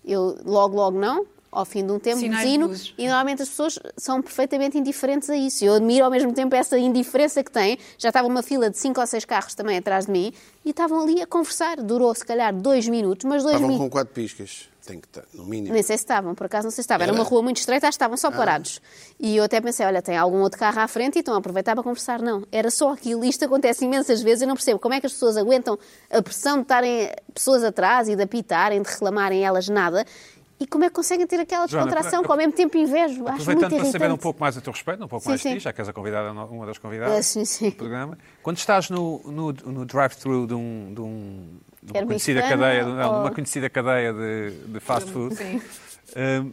eu logo, logo não, ao fim de um tempo, Sinais de buzino, luzes. e normalmente as pessoas são perfeitamente indiferentes a isso. Eu admiro ao mesmo tempo essa indiferença que têm. Já estava uma fila de cinco ou seis carros também atrás de mim e estavam ali a conversar. Durou se calhar dois minutos, mas dois Estavam com minutos. quatro piscas. Tem que estar, no mínimo. Nem sei se estavam, por acaso não sei se estavam. Era uma rua muito estreita, acho que estavam só Ah. parados. E eu até pensei, olha, tem algum outro carro à frente e estão a aproveitar para conversar. Não, era só aquilo. Isto acontece imensas vezes. Eu não percebo como é que as pessoas aguentam a pressão de estarem pessoas atrás e de apitarem, de reclamarem elas nada. E como é que conseguem ter aquela Joana, descontração apro- que ao mesmo tempo invejo? Acho muito Aproveitando para irritante. saber um pouco mais a teu respeito, um pouco Sim, mais de sim. ti, já que és a convidada, uma das convidadas Ah, sim, sim. do programa. Quando estás no, no, no drive-thru de, um, de, um, de uma, Quer conhecida mexicano cadeia, de um, não, de ou- uma conhecida cadeia de, de fast food, Sim. hum,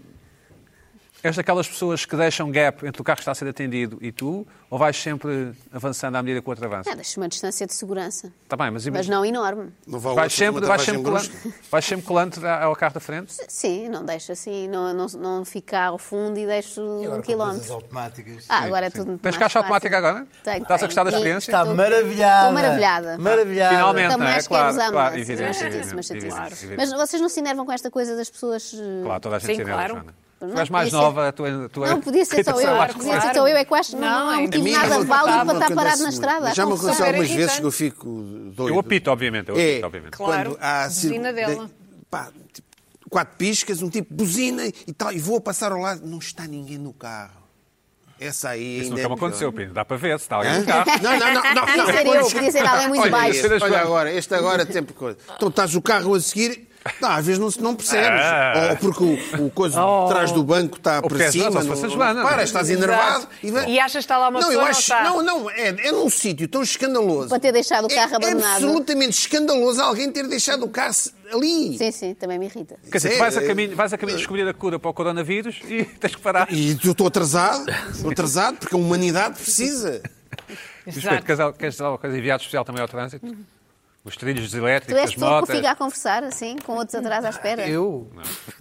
és daquelas pessoas que deixam gap entre o carro que está a ser atendido e tu, ou vais sempre avançando à medida que o outro avança? É, deixa uma distância de segurança. Está bem, mas, Mas imagina- não enorme. Não vá o vais outro sempre, com uma vais, travagem sempre colando, brusca. vais sempre colando ao carro da frente? Sim, não deixo assim, não, não, não fico ao fundo e deixo E um agora com todas as quilómetro. automáticas. Ah, agora é tudo Tens mais caixa fácil. automática agora? é? Tenho, Estás a gostar da tenho. experiência? Está Estou- maravilhada. estou maravilhada. Maravilhada. Finalmente, não Ah, Também é? acho que claro, é usar claro, mas evidente, chatice, evidente, mas chatice. evidente, evidente. Mas vocês não se enervam com esta coisa das pessoas. eh, Claro, toda a gente Sim, se enerva, claro. Joana. Não, Tu és mais podia ser- nova, tu és... Tu és- Não, podia ser só eu. claro, podia claro. ser só eu, é que eu acho que não, Não, não há um é motivo mim não nada válido para estar acontece parado na muito. estrada. Já me aconteceu Era algumas vezes irritante. que eu fico doido. Eu apito, obviamente, eu É, apito, obviamente. Claro, quando há assim- buzina dela. de- pá, tipo, quatro piscas, um tipo buzina e tal, e vou a passar ao lado, não está ninguém no carro. Essa aí Isso ainda nunca é me aconteceu, pior. Pino. Dá para ver se está um alguém Hã? no carro. Não, não, não, não. não. Podia ser eu, podia ser alguém é muito Olha, baixo. este, olha agora, este agora tem por coisa. Então estás o carro a seguir, não, às vezes não, se- não percebes. Ah. Ou porque o, o coisa Oh. de trás do banco está para peças, cima. ou se não- fosse a não- Joana, não Para, é? estás Exato. enervado. vai- E achas que está lá uma não, pessoa, eu não acho, está? Não, não, é, é num sítio tão escandaloso. Para ter deixado o carro é, abandonado. É absolutamente escandaloso alguém ter deixado o carro se- ali. Sim, sim, também me irrita. Quer dizer, Sim, tu vais a é- caminho, vais a caminho de descobrir a cura para o coronavírus e tens que parar. E eu estou atrasado, estou atrasado, porque a humanidade precisa. Respeito, queres al- queres alguma coisa enviado especial também ao trânsito? Os trilhos Tu és elétricos, as pessoa que motas. fica a conversar assim, com outros atrás à espera. Eu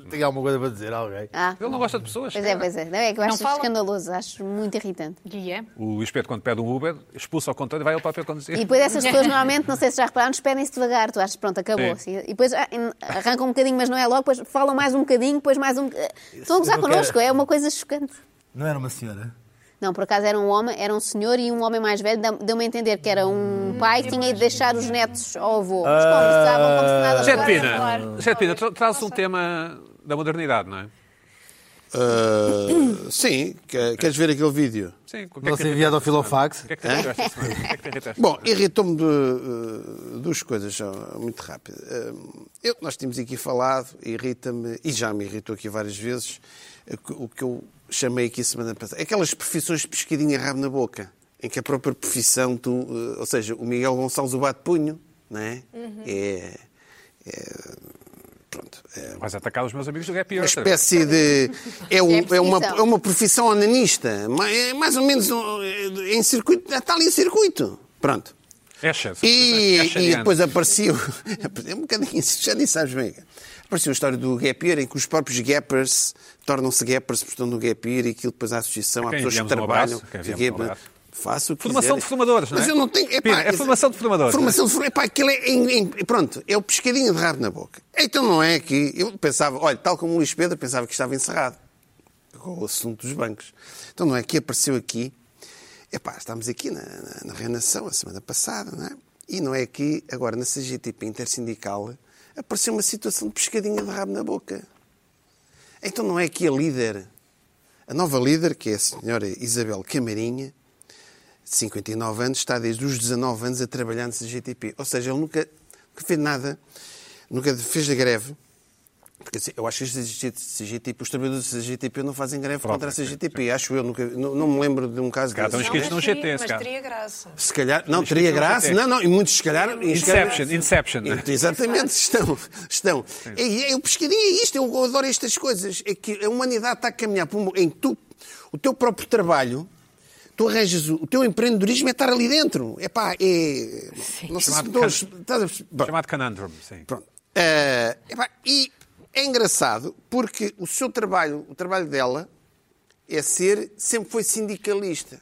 tenho alguma coisa para dizer a alguém. Ah, Ele não gosta de pessoas. pois é, pois é. Não é que eu Não acho fala. escandaloso, acho muito irritante. E é. O Luís Pedro, quando pede um Uber, expulsa o controle e vai ele próprio conduzir. E depois essas pessoas normalmente, não sei se já repararam, despedem-se devagar, tu achas, pronto, acabou. Sim. E depois ah, em- arrancam um bocadinho, mas não é logo, depois falam mais um bocadinho, depois mais um. eh, Estão a gozar nunca- connosco, é uma coisa chocante. Não era uma senhora? Não, por acaso era um homem, era um senhor e um homem mais velho, dá- deu-me a entender que era um pai que tinha ido deixar os netos ao avô. Mas conversavam como se nada Ah, José é de fosse. Pina, José de Pina, tra- trazes um tema da modernidade, não é? Ah, sim, que- queres ver aquele vídeo? Sim, o que é Não que te- ser enviado ao Filofax. o que é que te irritou esta semana? O que é que te irritou esta Bom, irritou-me de, eh, duas coisas, só, muito rápido. Eh, eu- nós tínhamos aqui falado, irrita-me, e já me irritou aqui várias vezes, eh, que- o que eu chamei aqui semana passada. Aquelas profissões de pescadinha rabo na boca, em que a própria profissão, tu, eh, ou seja, o Miguel Gonçalves o bate-punho, não é? É. é, Pronto. é Vais atacar os meus amigos é do Gap uma Year. espécie de. É, o- É é uma, profissão. é uma profissão onanista. ma- É mais ou menos um- é em circuito. Está ali em circuito. Pronto. É chance. E, É e chance. depois apareceu. É um bocadinho isso, já nem sabes bem. Apareceu a história do gap year, em que os próprios gappers tornam-se gappers, portanto, no gap year, e aquilo depois há a associação, há Quem pessoas que enviamos um trabalham. abraço, quem que enviamos um gap- abraço. Faço o que Formação quiserem. de formadores, não é? Mas eu não tenho. epá, Pina, é isso- formação de formadores. Formação de formadores. Epá, aquilo é. em- em- pronto, é o pescadinho de rabo na boca. Então não é que. Eu pensava, olha, tal como o Luís Pedro, pensava que estava encerrado com o assunto dos bancos. Então não é que apareceu aqui. Epá, estamos aqui na, na, na Renação a semana passada, não é? E não é que agora na CGTP Intersindical apareceu uma situação de pescadinha de rabo na boca. Então não é que a líder, a nova líder, que é a senhora Isabel Camarinha, de 59 anos, está desde os 19 anos a trabalhar na CGTP. Ou seja, ele nunca, nunca fez nada, nunca fez a greve. Porque assim, eu acho que a CGTP, os trabalhadores da CGTP não fazem greve Próprio, contra a sim, CGTP. Acho eu, nunca, não, não me lembro de um caso Cá estão desse. Não, inscritos mas num GT, teria- se mas mas calhar. teria graça. Se calhar, não, Isto teria não graça. acontece. Não, não, e muitos se calhar. Inception, Inception. né? Então, Exatamente, estão. estão. É, é, o pescadinho é isto, eu adoro estas coisas. É que a humanidade está a caminhar para um, em que tu, o teu próprio trabalho, tu arranjas o, o teu empreendedorismo é estar ali dentro. É pá, é. Não sei se me Chamado estou a- estás a perce- Bom, Chamado Conundrum, sim. pronto. Eh, epá, e é engraçado porque o seu trabalho, o trabalho dela, é ser, sempre foi sindicalista.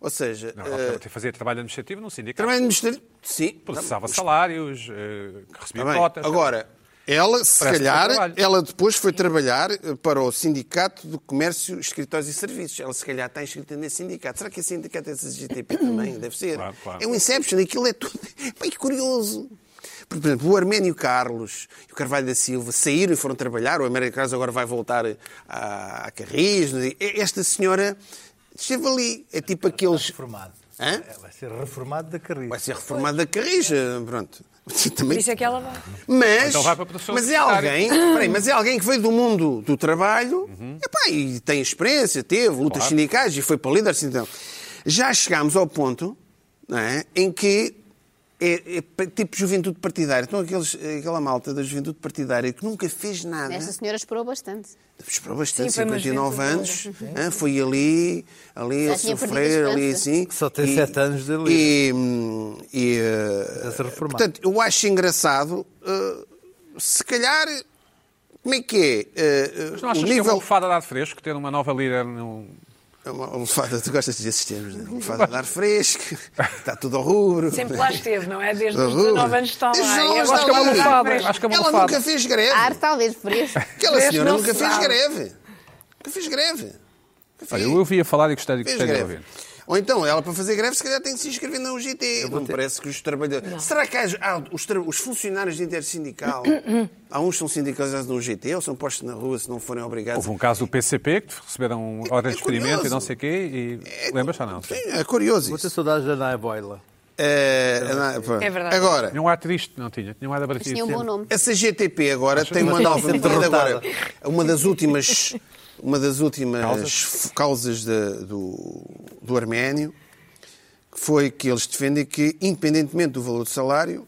Ou seja, Não, eh, ela fazia trabalho administrativo num sindicato. trabalho administrativo. Sim, Processava salários, eh, recebia Tá bem. cotas. Agora, ela, Parece se que foi calhar, trabalho. ela depois foi trabalhar eh, para o Sindicato do Comércio, Escritórios e Serviços. Ela, se calhar, está inscrita nesse sindicato. Será que esse sindicato é CGTP também? Deve ser. Claro, claro. É um Inception, aquilo é tudo. Bem curioso. Porque, por exemplo, o Arménio Carlos e o Carvalho da Silva saíram e foram trabalhar. O Arménio Carlos agora vai voltar à, à Carris. E Esta senhora esteve ali. É tipo aqueles. Reformado. É, Hã? Vai ser reformado da carreira. Vai ser reformado da Carris. Pronto. Também Isso é que ela vai. mas, Então vai para a produção mas é secretária. alguém, peraí, mas é alguém que veio do mundo do trabalho Uhum. epá, e tem experiência, teve lutas sindicais e foi para o líder sindical. Já chegámos ao ponto não é, em que é, é pa- tipo juventude partidária. Então aqueles, aquela malta da juventude partidária que nunca fez nada. Esta senhora esperou bastante. Esperou bastante, Sim, foi uma 59 anos, juventude hã, foi ali, ali Já a tinha perdido sofrer, a ali esperança. assim. Só tem E- sete anos de ali. E, hum, e, eh, Está-se a reformar. portanto, eu acho engraçado, eh, se calhar, como é que é? Eh, eh, Mas não achas o que é uma nível... alfada de ar fresco ter uma nova líder no... É uma almofada, tu gostas desses termos, né? Almofada de ar fresco, está tudo ao rubro. Sempre lá esteve, não é? Desde os Ao rubro. 19 anos está lá. Desde os 19 E que é está agora uma lá. almofada, acho que é uma Ela almofada. nunca fez greve. Ar, talvez, fresco. Aquela Greve senhora não nunca se fez sabe. greve. Nunca fez greve. Olha, eu ouvia falar e gostei, Fez gostei de greve. ouvir. Ou então, ela para fazer greve, se calhar tem que se inscrever na UGT. Não me parece que os trabalhadores. Será que há, há os, tra- os funcionários de intersindical, há uns que são sindicalizados na UGT ou são postos na rua se não forem obrigados? Houve um caso do PCP que receberam ordem de experimento e não sei o quê. E... É- Lembras ou não? Sim, é curioso. Vou ter Isso. saudades da Nai Boila. É, não, pá. É verdade. Agora, Tinha um ar triste, não tinha? Tinha um ar Mas tinha abrasivo. um bom nome. Essa GTP agora tem uma que nova vai ser medida derrotada. agora. Uma das últimas, uma das últimas causas, da- do, do Arménio que foi que eles defendem que, independentemente do valor do salário,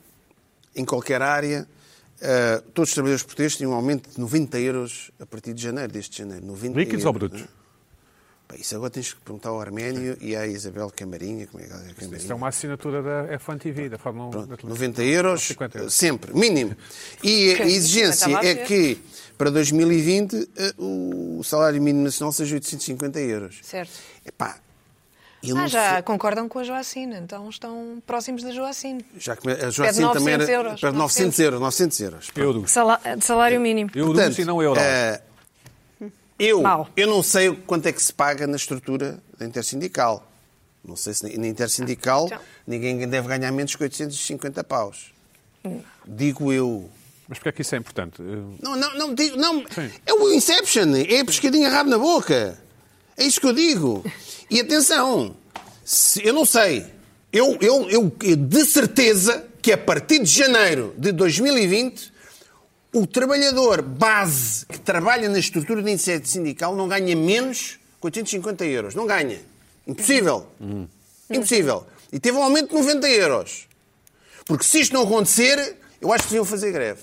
em qualquer área, eh, todos os trabalhadores portugueses têm um aumento de 90 euros a partir de janeiro, deste janeiro. 90 Líquidos euros, ou brutos? né? Pá, Isso agora tens que perguntar ao Arménio e à Isabel Camarinha, como é que ela é Camarinha? Isso é uma assinatura da F1TV, da Fórmula 1. da Pronto, televisão. 90 euros, eh, 50 euros. sempre, mínimo. E a exigência estava a é ver. que para 2020 eh, o salário mínimo nacional seja 850 euros. Certo. Epá, eu Ah, não já sei- concordam com a Joacine, então estão próximos da Joacine. já que a Joacine 900 também era. euros, perde 900 euros, 900 euros. um. Euros. Sala- de salário mínimo. Euros e não euros. eh, eu, Mal. eu não sei quanto é que se paga na estrutura da intersindical. Não sei se na intersindical Então. ninguém deve ganhar menos que 850 paus. Hum. Digo eu. Mas porquê é que isso é importante? Eh, Não, não, não, digo, não. É o Inception, é a pescadinha rabo na boca. É isso que eu digo. E atenção, se- eu não sei. Eu, eu, eu, eu de certeza que a partir de janeiro de 2020, o trabalhador base que trabalha na estrutura de inseto sindical não ganha menos que 850 euros. Não ganha. Impossível. Impossível. E teve um aumento de 90 euros. Porque se isto não acontecer, eu acho que deviam fazer greve.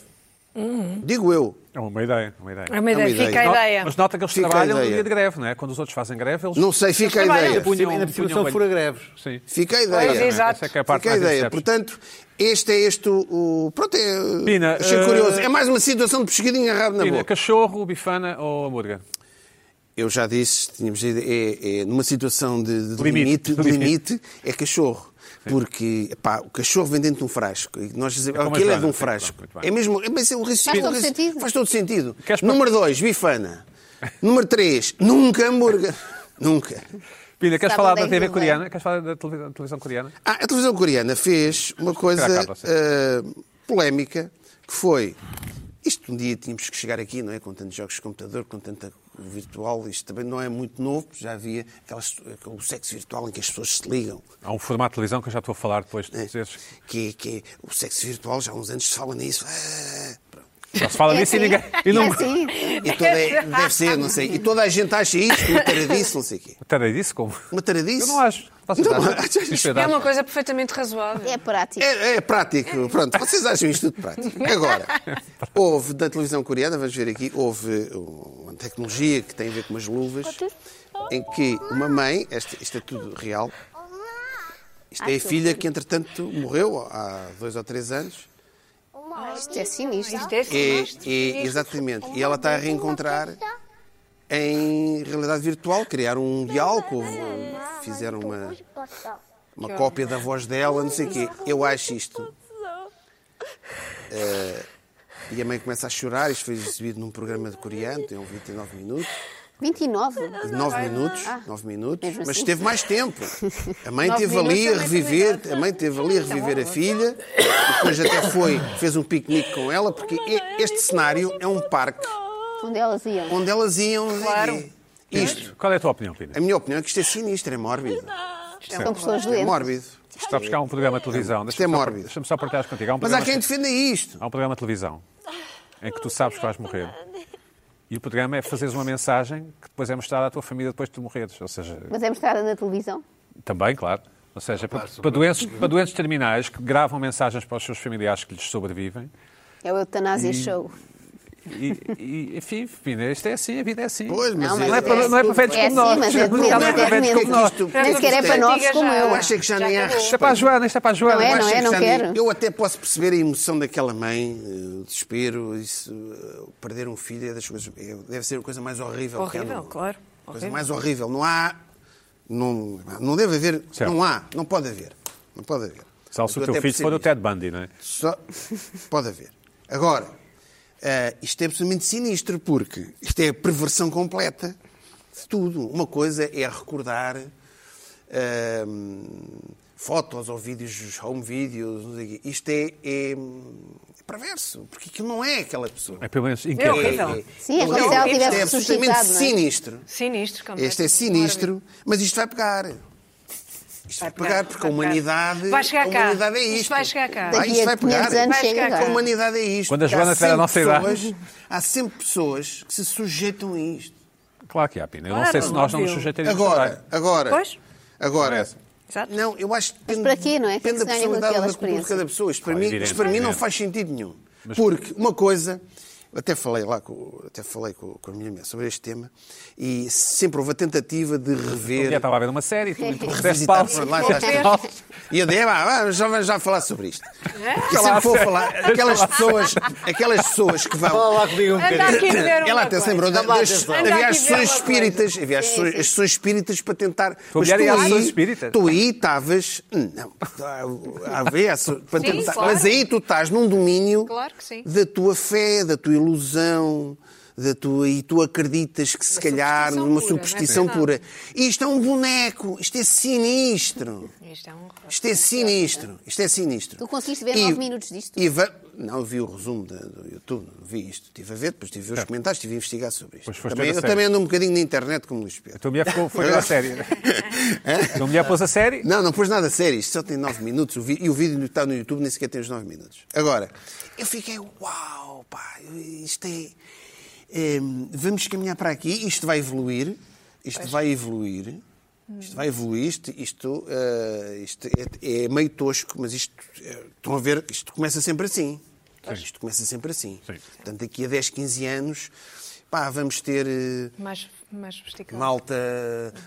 Digo eu. É uma boa ideia, uma ideia. É uma ideia, ideia. fica a Não, ideia. Mas nota que eles Fica a trabalham no ideia. dia de greve, não é? Quando os outros fazem greve, eles Não sei, fica a ideia. punham... Ainda por cima punham- são fura-greves. Sim. Fica a Pois, ideia. exato. Essa é que é a parte Fica a mais ideia. interessante. Portanto, este é este o. o- Pronto, é. Pina, achei eh, curioso. É mais uma situação de pescadinha rabo na Pina, boca. cachorro, bifana ou hambúrguer? Eu já disse, tínhamos dito, é, é numa situação de, de Limite. limite, de limite, é cachorro. Porque pá, o cachorro vem dentro de um frasco. E nós dizemos, como a aquilo é de Joana, um sim, frasco. pronto, muito bem. É mesmo. É, mas é um raciocínio- todo um raci- sentido. Faz todo sentido. Queres pa- Número 2, bifana. Número 3, nunca hambúrguer. nunca. Pina, queres Sabe falar onde é da que TV aquilo vem? coreana? Queres falar da televisão, televisão coreana? Ah, a televisão coreana fez uma coisa Carla, sim. ah, polémica, que foi... Isto um dia tínhamos que chegar aqui, não é? Com tantos jogos de computador, com tanta virtual, isto também não é muito novo, já havia aquelas, o sexo virtual em que as pessoas se ligam. é? Há um formato de televisão que eu já estou a falar depois de dizeres. Que, que é o sexo virtual, já há uns anos se fala nisso. Ah, pronto. Já se fala É nisso e assim? ninguém... E É não... assim? e toda, é- deve ser, não sei. E toda a gente acha isto, uma taradice, não sei o quê. Até disso como? Uma taradice. Eu não acho. Vocês Não, acham? acho- Isto de É achar. uma coisa perfeitamente razoável. É prático. É, é prático, pronto. Vocês acham isto tudo prático. Agora, houve da televisão coreana, vamos ver aqui, houve uma tecnologia que tem a ver com umas luvas, em que uma mãe, esta- isto é tudo real, isto é a filha que entretanto morreu há dois ou três anos, Isto é sinistro. Isto é e, sinistro. e- exatamente, e ela está a reencontrar em realidade virtual, criaram um diálogo, houve- fizeram uma, uma cópia da voz dela, não sei o quê. Eu acho isto Eh, um E a mãe começa a chorar, isto foi exibido num programa de coreano, tem 29 minutos. é 29? Nove minutos, nove minutos, Mesmo mas assim. teve mais tempo. A mãe Nove teve ali a minutos também reviver, foi a mãe teve ali a reviver a filha. Depois até foi, fez um piquenique com ela, porque e- este cenário é um parque Onde elas iam? onde elas iam. Claro. Isto, Qual é a tua opinião, Pina? a minha opinião é que isto é sinistro, é mórbido. São pessoas É doentes. mórbido. Está a buscar um programa de televisão. Isto é Deixa-me só- mórbido. Deixa-me só partilhar contigo. Há um, Mas há programa, quem defenda isto. há um programa de televisão em que tu sabes que vais morrer. E o programa é fazeres uma mensagem que depois é mostrada à tua família depois de tu morreres. Ou seja, Mas é mostrada na televisão. também, claro. Ou seja, para, para doentes, para doentes terminais que gravam mensagens para os seus familiares que lhes sobrevivem. É o Eutanásia Show. E, e enfim, Pina, isto é assim, a vida é assim. Pois, mas, Não, mas Não é é- para, não é para velhos É como nós. assim, mas é demente, Não é é para velhos como nós. demente. isto- Nem sequer é para novos como eu. Eu acho que já nem há Isto é para a Joana, isto é para a Joana. Não é, não acho é, que já nem- quero. Eu até posso perceber a emoção daquela mãe, eh, o desespero, isso, eh, perder um filho é das coisas, é- deve ser a coisa mais horrível. que há Horrível, no- claro. Coisa Horrível. mais horrível. Não há, não, não deve haver, Certo. não há, não pode haver, não pode haver. Salvo se Eu o teu até filho percebo for o isso. Ted Bundy, não é? Só... Pode haver. Agora, eh, isto é absolutamente sinistro, porque isto é a perversão completa de tudo. Uma coisa é recordar eh, fotos ou vídeos, home videos, não sei o quê. isto é, é, é perverso, porque aquilo não é aquela pessoa. É pelo menos É incrível. horrível. Sim, é como se ela Isto Isto tivesse é absolutamente ressuscitado, não é? sinistro. Sinistro, completamente. Este é sinistro, mas isto vai pegar. Isto vai pegar, porque a vai pegar. humanidade, Vai chegar a cá. humanidade é Isto isto. vai chegar cá. Vai, isto vai Daqui a pegar. 500 anos Vai chega chegar cá. A humanidade é isto. Quando a Há Joana tiver a sempre nossa idade. pessoas- Há sempre pessoas que se sujeitam a isto. Claro que há, Pina. Eu não Claro, sei se nós não nos óbvio. sujeitaríamos Agora, agora. Pois. Agora. Exato. Não, eu acho que depende, para quê, não é? depende Que da se ganha com personalidade da cultura aquela de experiência. cada pessoa. Isto para, Ah, mim, evidente, isto para mim não evidente. faz sentido nenhum. Mas- Porque uma coisa, eu até falei lá, com, até falei com, com a minha mulher sobre este tema, e sempre houve a tentativa de Um rever dia estava a ver uma série, tu tu recebes Revisitar paus. por lá, já está. E eu dei, ah, vá, já vamos já falar sobre isto. É? E sempre vou falar, aquelas pessoas, aquelas pessoas que vão. Fala lá comigo um Anda bocadinho. aqui ver uma Ela até se coisa. lembrou, da- Dá-me lá das- atenção. Anda havia aqui as sessões ver uma espíritas, havia as É sessões- as sessões espíritas para tentar. Mas mulher ia às tu sessões aí, espíritas? tu aí estavas. Não, havia as- para Sim, tentar. claro. Mas aí tu estás num domínio Claro que sim. da tua fé, da tua ilusão. Da tua, e tu acreditas que se calhar superstição numa pura, não é superstição verdade? pura. Isto é um boneco, isto é sinistro. Isto é um horror. Isto é sinistro. Isto é sinistro. Tu conseguiste ver E- nove minutos disto? E va- Não, eu vi o resumo da- do YouTube, não vi isto. Estive a ver, depois estive a ver os comentários, estive a investigar sobre isto. É. Pois foste Também, ver a eu série. também ando um bocadinho na internet como Luís A Pedro. tua mulher ficou, foi ver a série. A É? tua mulher pôs a série. Não, não pôs nada a sério, isto só tem 9 minutos o vi- e o vídeo está no YouTube nem sequer tem os 9 minutos. Agora, eu fiquei, uau, pá, isto é. hum, vamos caminhar para aqui, isto vai evoluir, isto vai evoluir, isto vai evoluir, isto, isto, eh, isto é, é meio tosco, mas isto, eh, estão a ver, isto começa sempre assim. Isto começa sempre assim. Sim. Portanto, daqui a 10, 15 anos, pá, vamos ter. eh, Mais, mais sofisticado. Malta,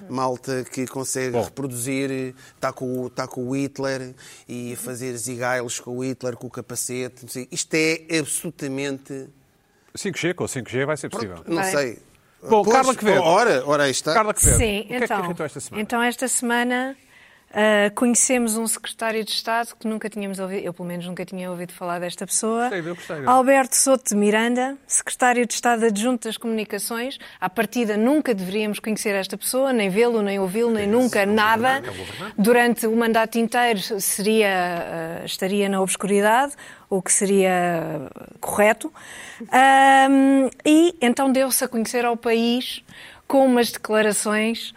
malta que consegue Bom. reproduzir, está com, o- tá com o Hitler e a fazer zigailos com o Hitler, com o capacete. Não sei. Isto é absolutamente. 5G, com 5G vai ser possível. Não Bem. sei. Bom, Carla Quevedo. Ora, ora, aí está. Carla Quevedo, Sim, o que é que te então. irritou esta semana? Então, esta semana ah, conhecemos um secretário de Estado que nunca tínhamos ouvido, eu pelo menos nunca tinha ouvido falar desta pessoa. Gostei, eu gostei. Alberto Souto de Miranda, secretário de Estado adjunto das Comunicações. À partida, nunca deveríamos conhecer esta pessoa, nem vê-lo, nem ouvi-lo, nem é nunca, um nada. Durante o mandato inteiro seria, ah, estaria na obscuridade, o que seria ah, correto. Ahm, e então deu-se a conhecer ao país com umas declarações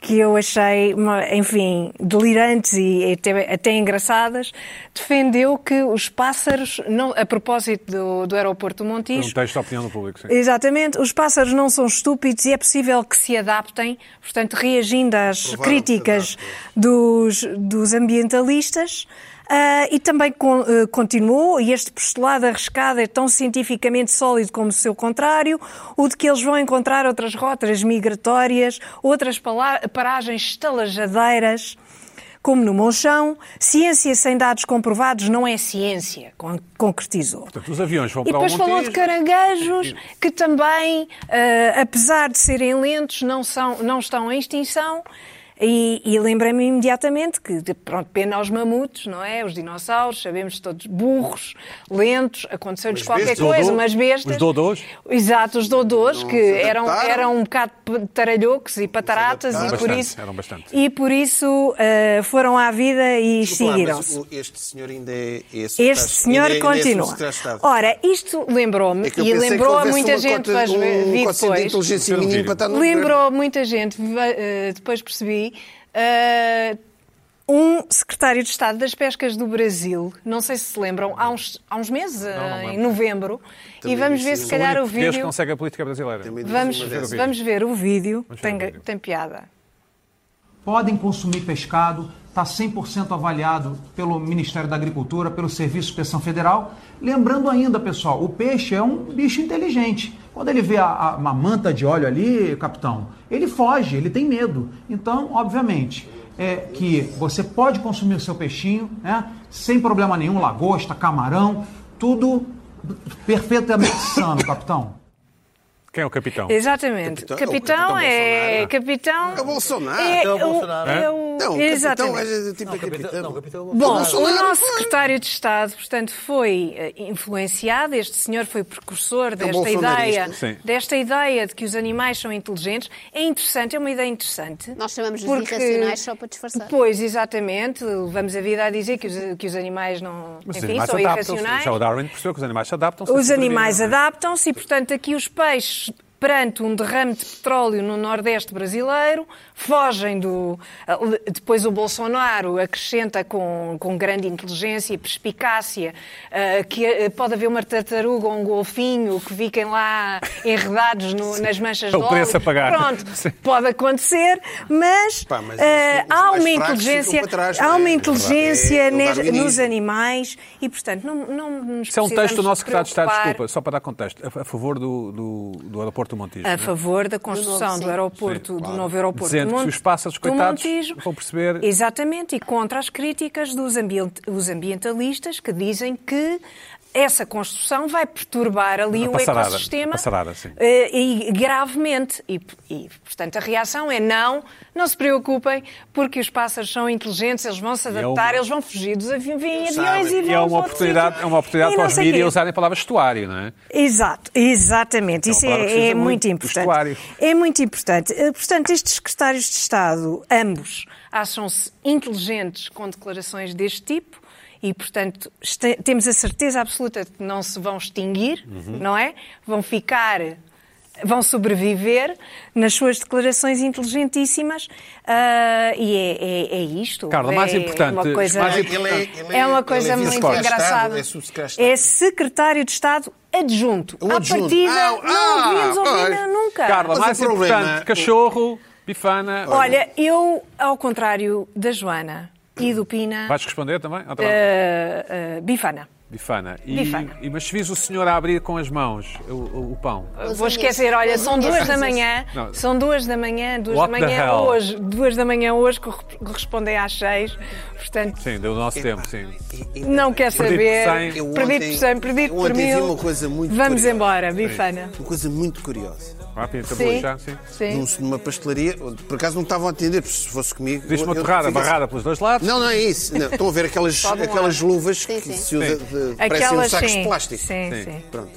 que eu achei, uma- enfim, delirantes e até, até engraçadas, defendeu que os pássaros, não, a propósito do, do aeroporto do Montijo, Perguntei isto à Um opinião do público, sim. Exatamente, os pássaros não são estúpidos e é possível que se adaptem, portanto, reagindo às críticas dos, dos ambientalistas. Ah, e também con- eh, continuou, e este postulado arriscado é tão cientificamente sólido como o seu contrário, o de que eles vão encontrar outras rotas migratórias, outras pala- paragens estalajadeiras como no Monchão, ciência sem dados comprovados não é ciência, con- concretizou. Portanto, os aviões vão E para o depois falou Montijo. de caranguejos, que também, eh, apesar de serem lentos, não, são, não estão em extinção. E, e lembrei-me imediatamente que, de- pronto, pena aos mamutos, não é? Os dinossauros, sabemos todos, burros, lentos, aconteceu-lhes qualquer bestas, coisa, dodô, umas bestas. os dodôs. Exato, os dodôs, que eram, adaptaram. eram um bocado taralhocos e pataratas e por Bastante, isso... eram bastante. E por isso eh, foram à vida e Desculpa lá, mas seguiram-se. o- Este senhor ainda é. Esse é, Este senhor continua. Ora, isto lembrou-me, e lembrou a muita gente, vais ver, vi um de depois. inteligência mínima para estar no Lembrou muita gente, va- eh, depois percebi. eh, um secretário de Estado das Pescas do Brasil, não sei se se lembram, há uns, há uns meses, eh, em novembro, e vamos ver se disse- calhar único o português que vídeo. consegue a política brasileira. governo. Vamos, é Uma dessas. vamos ver o vídeo, Vamos ver o tem, vídeo. tem piada. podem consumir pescado, tá está 100% avaliado pelo Ministério da Agricultura, pelo Serviço de Inspeção Federal. Lembrando ainda, pessoal, o peixe é um bicho inteligente. Quando ele vê a- a- uma manta de óleo ali, capitão, ele foge, ele tem medo. Então, obviamente, é que você pode consumir o seu peixinho, né, sem problema nenhum, lagosta, camarão, tudo perfeitamente sano, capitão. Quem é o capitão? Exatamente. Capitão- Capitão, é o capitão é. Capitão. É o Bolsonaro. É o Bolsonaro. é o- Não, o capitão Exatamente. é tipo capitão. não, capitão- Bom, é o Bolsonaro, nosso claro. secretário de Estado, portanto, foi eh, influenciado, este senhor foi É precursor desta bolsonarista. ideia, Sim. desta ideia de que os animais são inteligentes. É interessante, é uma ideia interessante. Nós chamamos de porque- irracionais só para disfarçar. Pois, exatamente, levamos a vida a dizer que os, que os animais não, Mas os enfim, animais são adaptam-se. irracionais. Já o Darwin percebeu que os animais se adaptam. Os animais adaptam-se e, portanto, aqui os peixes, perante um derrame de petróleo no Nordeste brasileiro, fogem do. eh, Depois o Bolsonaro acrescenta com, com grande inteligência e perspicácia eh, que eh, pode haver uma tartaruga ou um golfinho que fiquem lá enredados no- nas manchas É de o preço óleo. a pagar. Pronto, Sim. pode acontecer, mas, Pá, mas eh, isso, os há mais uma fracos ficam inteligência, para trás, não é? há uma É verdade. É inteligência o nes- nos darwinismo. animais e, portanto, não, não nos Isso é um texto do precisamos nosso secretário de Estado, preocupar desculpa, só para dar contexto, a, a favor do, do, do aeroporto do Montijo. a né? favor da construção sim. do aeroporto, do novo aeroporto Dizendo do que se Monte- os pássaros, do coitados, Montijo. vão perceber- Exatamente, e contra as críticas dos ambient- os ambientalistas que dizem que essa construção vai perturbar ali A o passarada, ecossistema a passarada, sim. eh, e gravemente. E, e, portanto, a reação é não, não se preocupem, porque os pássaros são inteligentes, eles vão se é adaptar, uma- eles vão fugir dos avi- aviões Sabem. e E é vão para uma outro oportunidade, sítio. é uma oportunidade E para não os sei quê. Tá. mídias usarem a palavra estuário, não é? Exato, exatamente. É uma Isso palavra que se é, usa é muito, muito, importante. vestuário. É muito importante. Eh, Portanto, estes secretários de Estado, ambos, acham-se inteligentes com declarações deste tipo e, portanto, este- temos a certeza absoluta de que não se vão extinguir, Uhum. não é? Vão ficar. Vão sobreviver nas suas declarações inteligentíssimas ah, e é, é- é isto. Carla, é mais importante, uma coisa- mais importante. Ele é- ele é- é uma ele coisa é muito vice-secretário de Estado, engraçada. é subsecretário de Estado. É secretário de Estado adjunto. Um à adjunto. partida, Ah, não ah, devíamos ouvir pois. nunca. Carla, Mas o mais problema- importante, cachorro, bifana... Olha, eu, ao contrário da Joana e do Pina, Vais responder também? Ah, tá bem. eh, eh, bifana. Bifana. E, Bifana. e- mas se vis o senhor a abrir com as mãos o, o- o pão, Vou esquecer, olha, são duas da manhã, Não. são duas da manhã, duas What da the manhã hell? hoje, duas da manhã hoje, corre- correspondem às seis, portanto, sim, deu o nosso tempo, sim. não quer Perdido por saber, cem. Eu perdido ontem- por cem, perdido eu por ontem vi mil, uma coisa muito vamos curiosa. embora, bifana. Uma coisa muito curiosa. Rápido, então Sim. vou já, sim. Sim. Num- Numa pastelaria, onde, por acaso não estavam a atender, porque se fosse comigo. Diz uma eu- eu- torrada, fica- barrada pelos dois lados. Não, não é isso. Não, estão a ver aquelas, Só de um aquelas luvas Sim, que sim. se usa de, parecem uns Aquelas, sacos sim. um de plástico. Sim, Sim. sim. Pronto.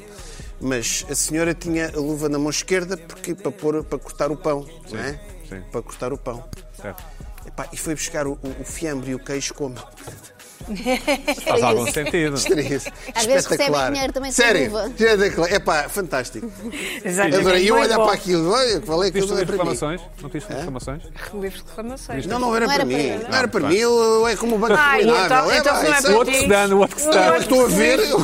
Mas a senhora tinha a luva na mão esquerda porque, para, pôr, para cortar o pão, não é? sim. Para cortar o pão. Certo. Epá, e foi buscar o, o- o fiambre e o queijo como. É Faz algum sentido. Às vezes recebem Espetacular. dinheiro também com Sério, luva. espetacular. Epá, fantástico. Exatamente. Adorei. E eu Muito olhar bom. para aquilo, olha, falei que Tens aquilo não é para mim. reclamações? Não tens reclamações? Livros de reclamações. Não, não era Não para era mim. para ele, não? Não era para mim, eu- é como o banco Ah, reclinável. então, é, então pá, não é isso para outro que se dá, no outro que se dá. Não é Eu Estou a ver. Olha,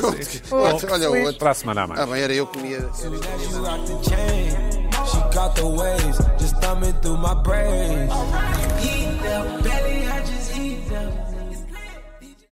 o outro. Para a semana, a mais. Ah, bem, era eu que comia. era eu que comia. She rocked the chain. She got the waves. Just thumbing through my brains. Eat them, belly, I just eat them.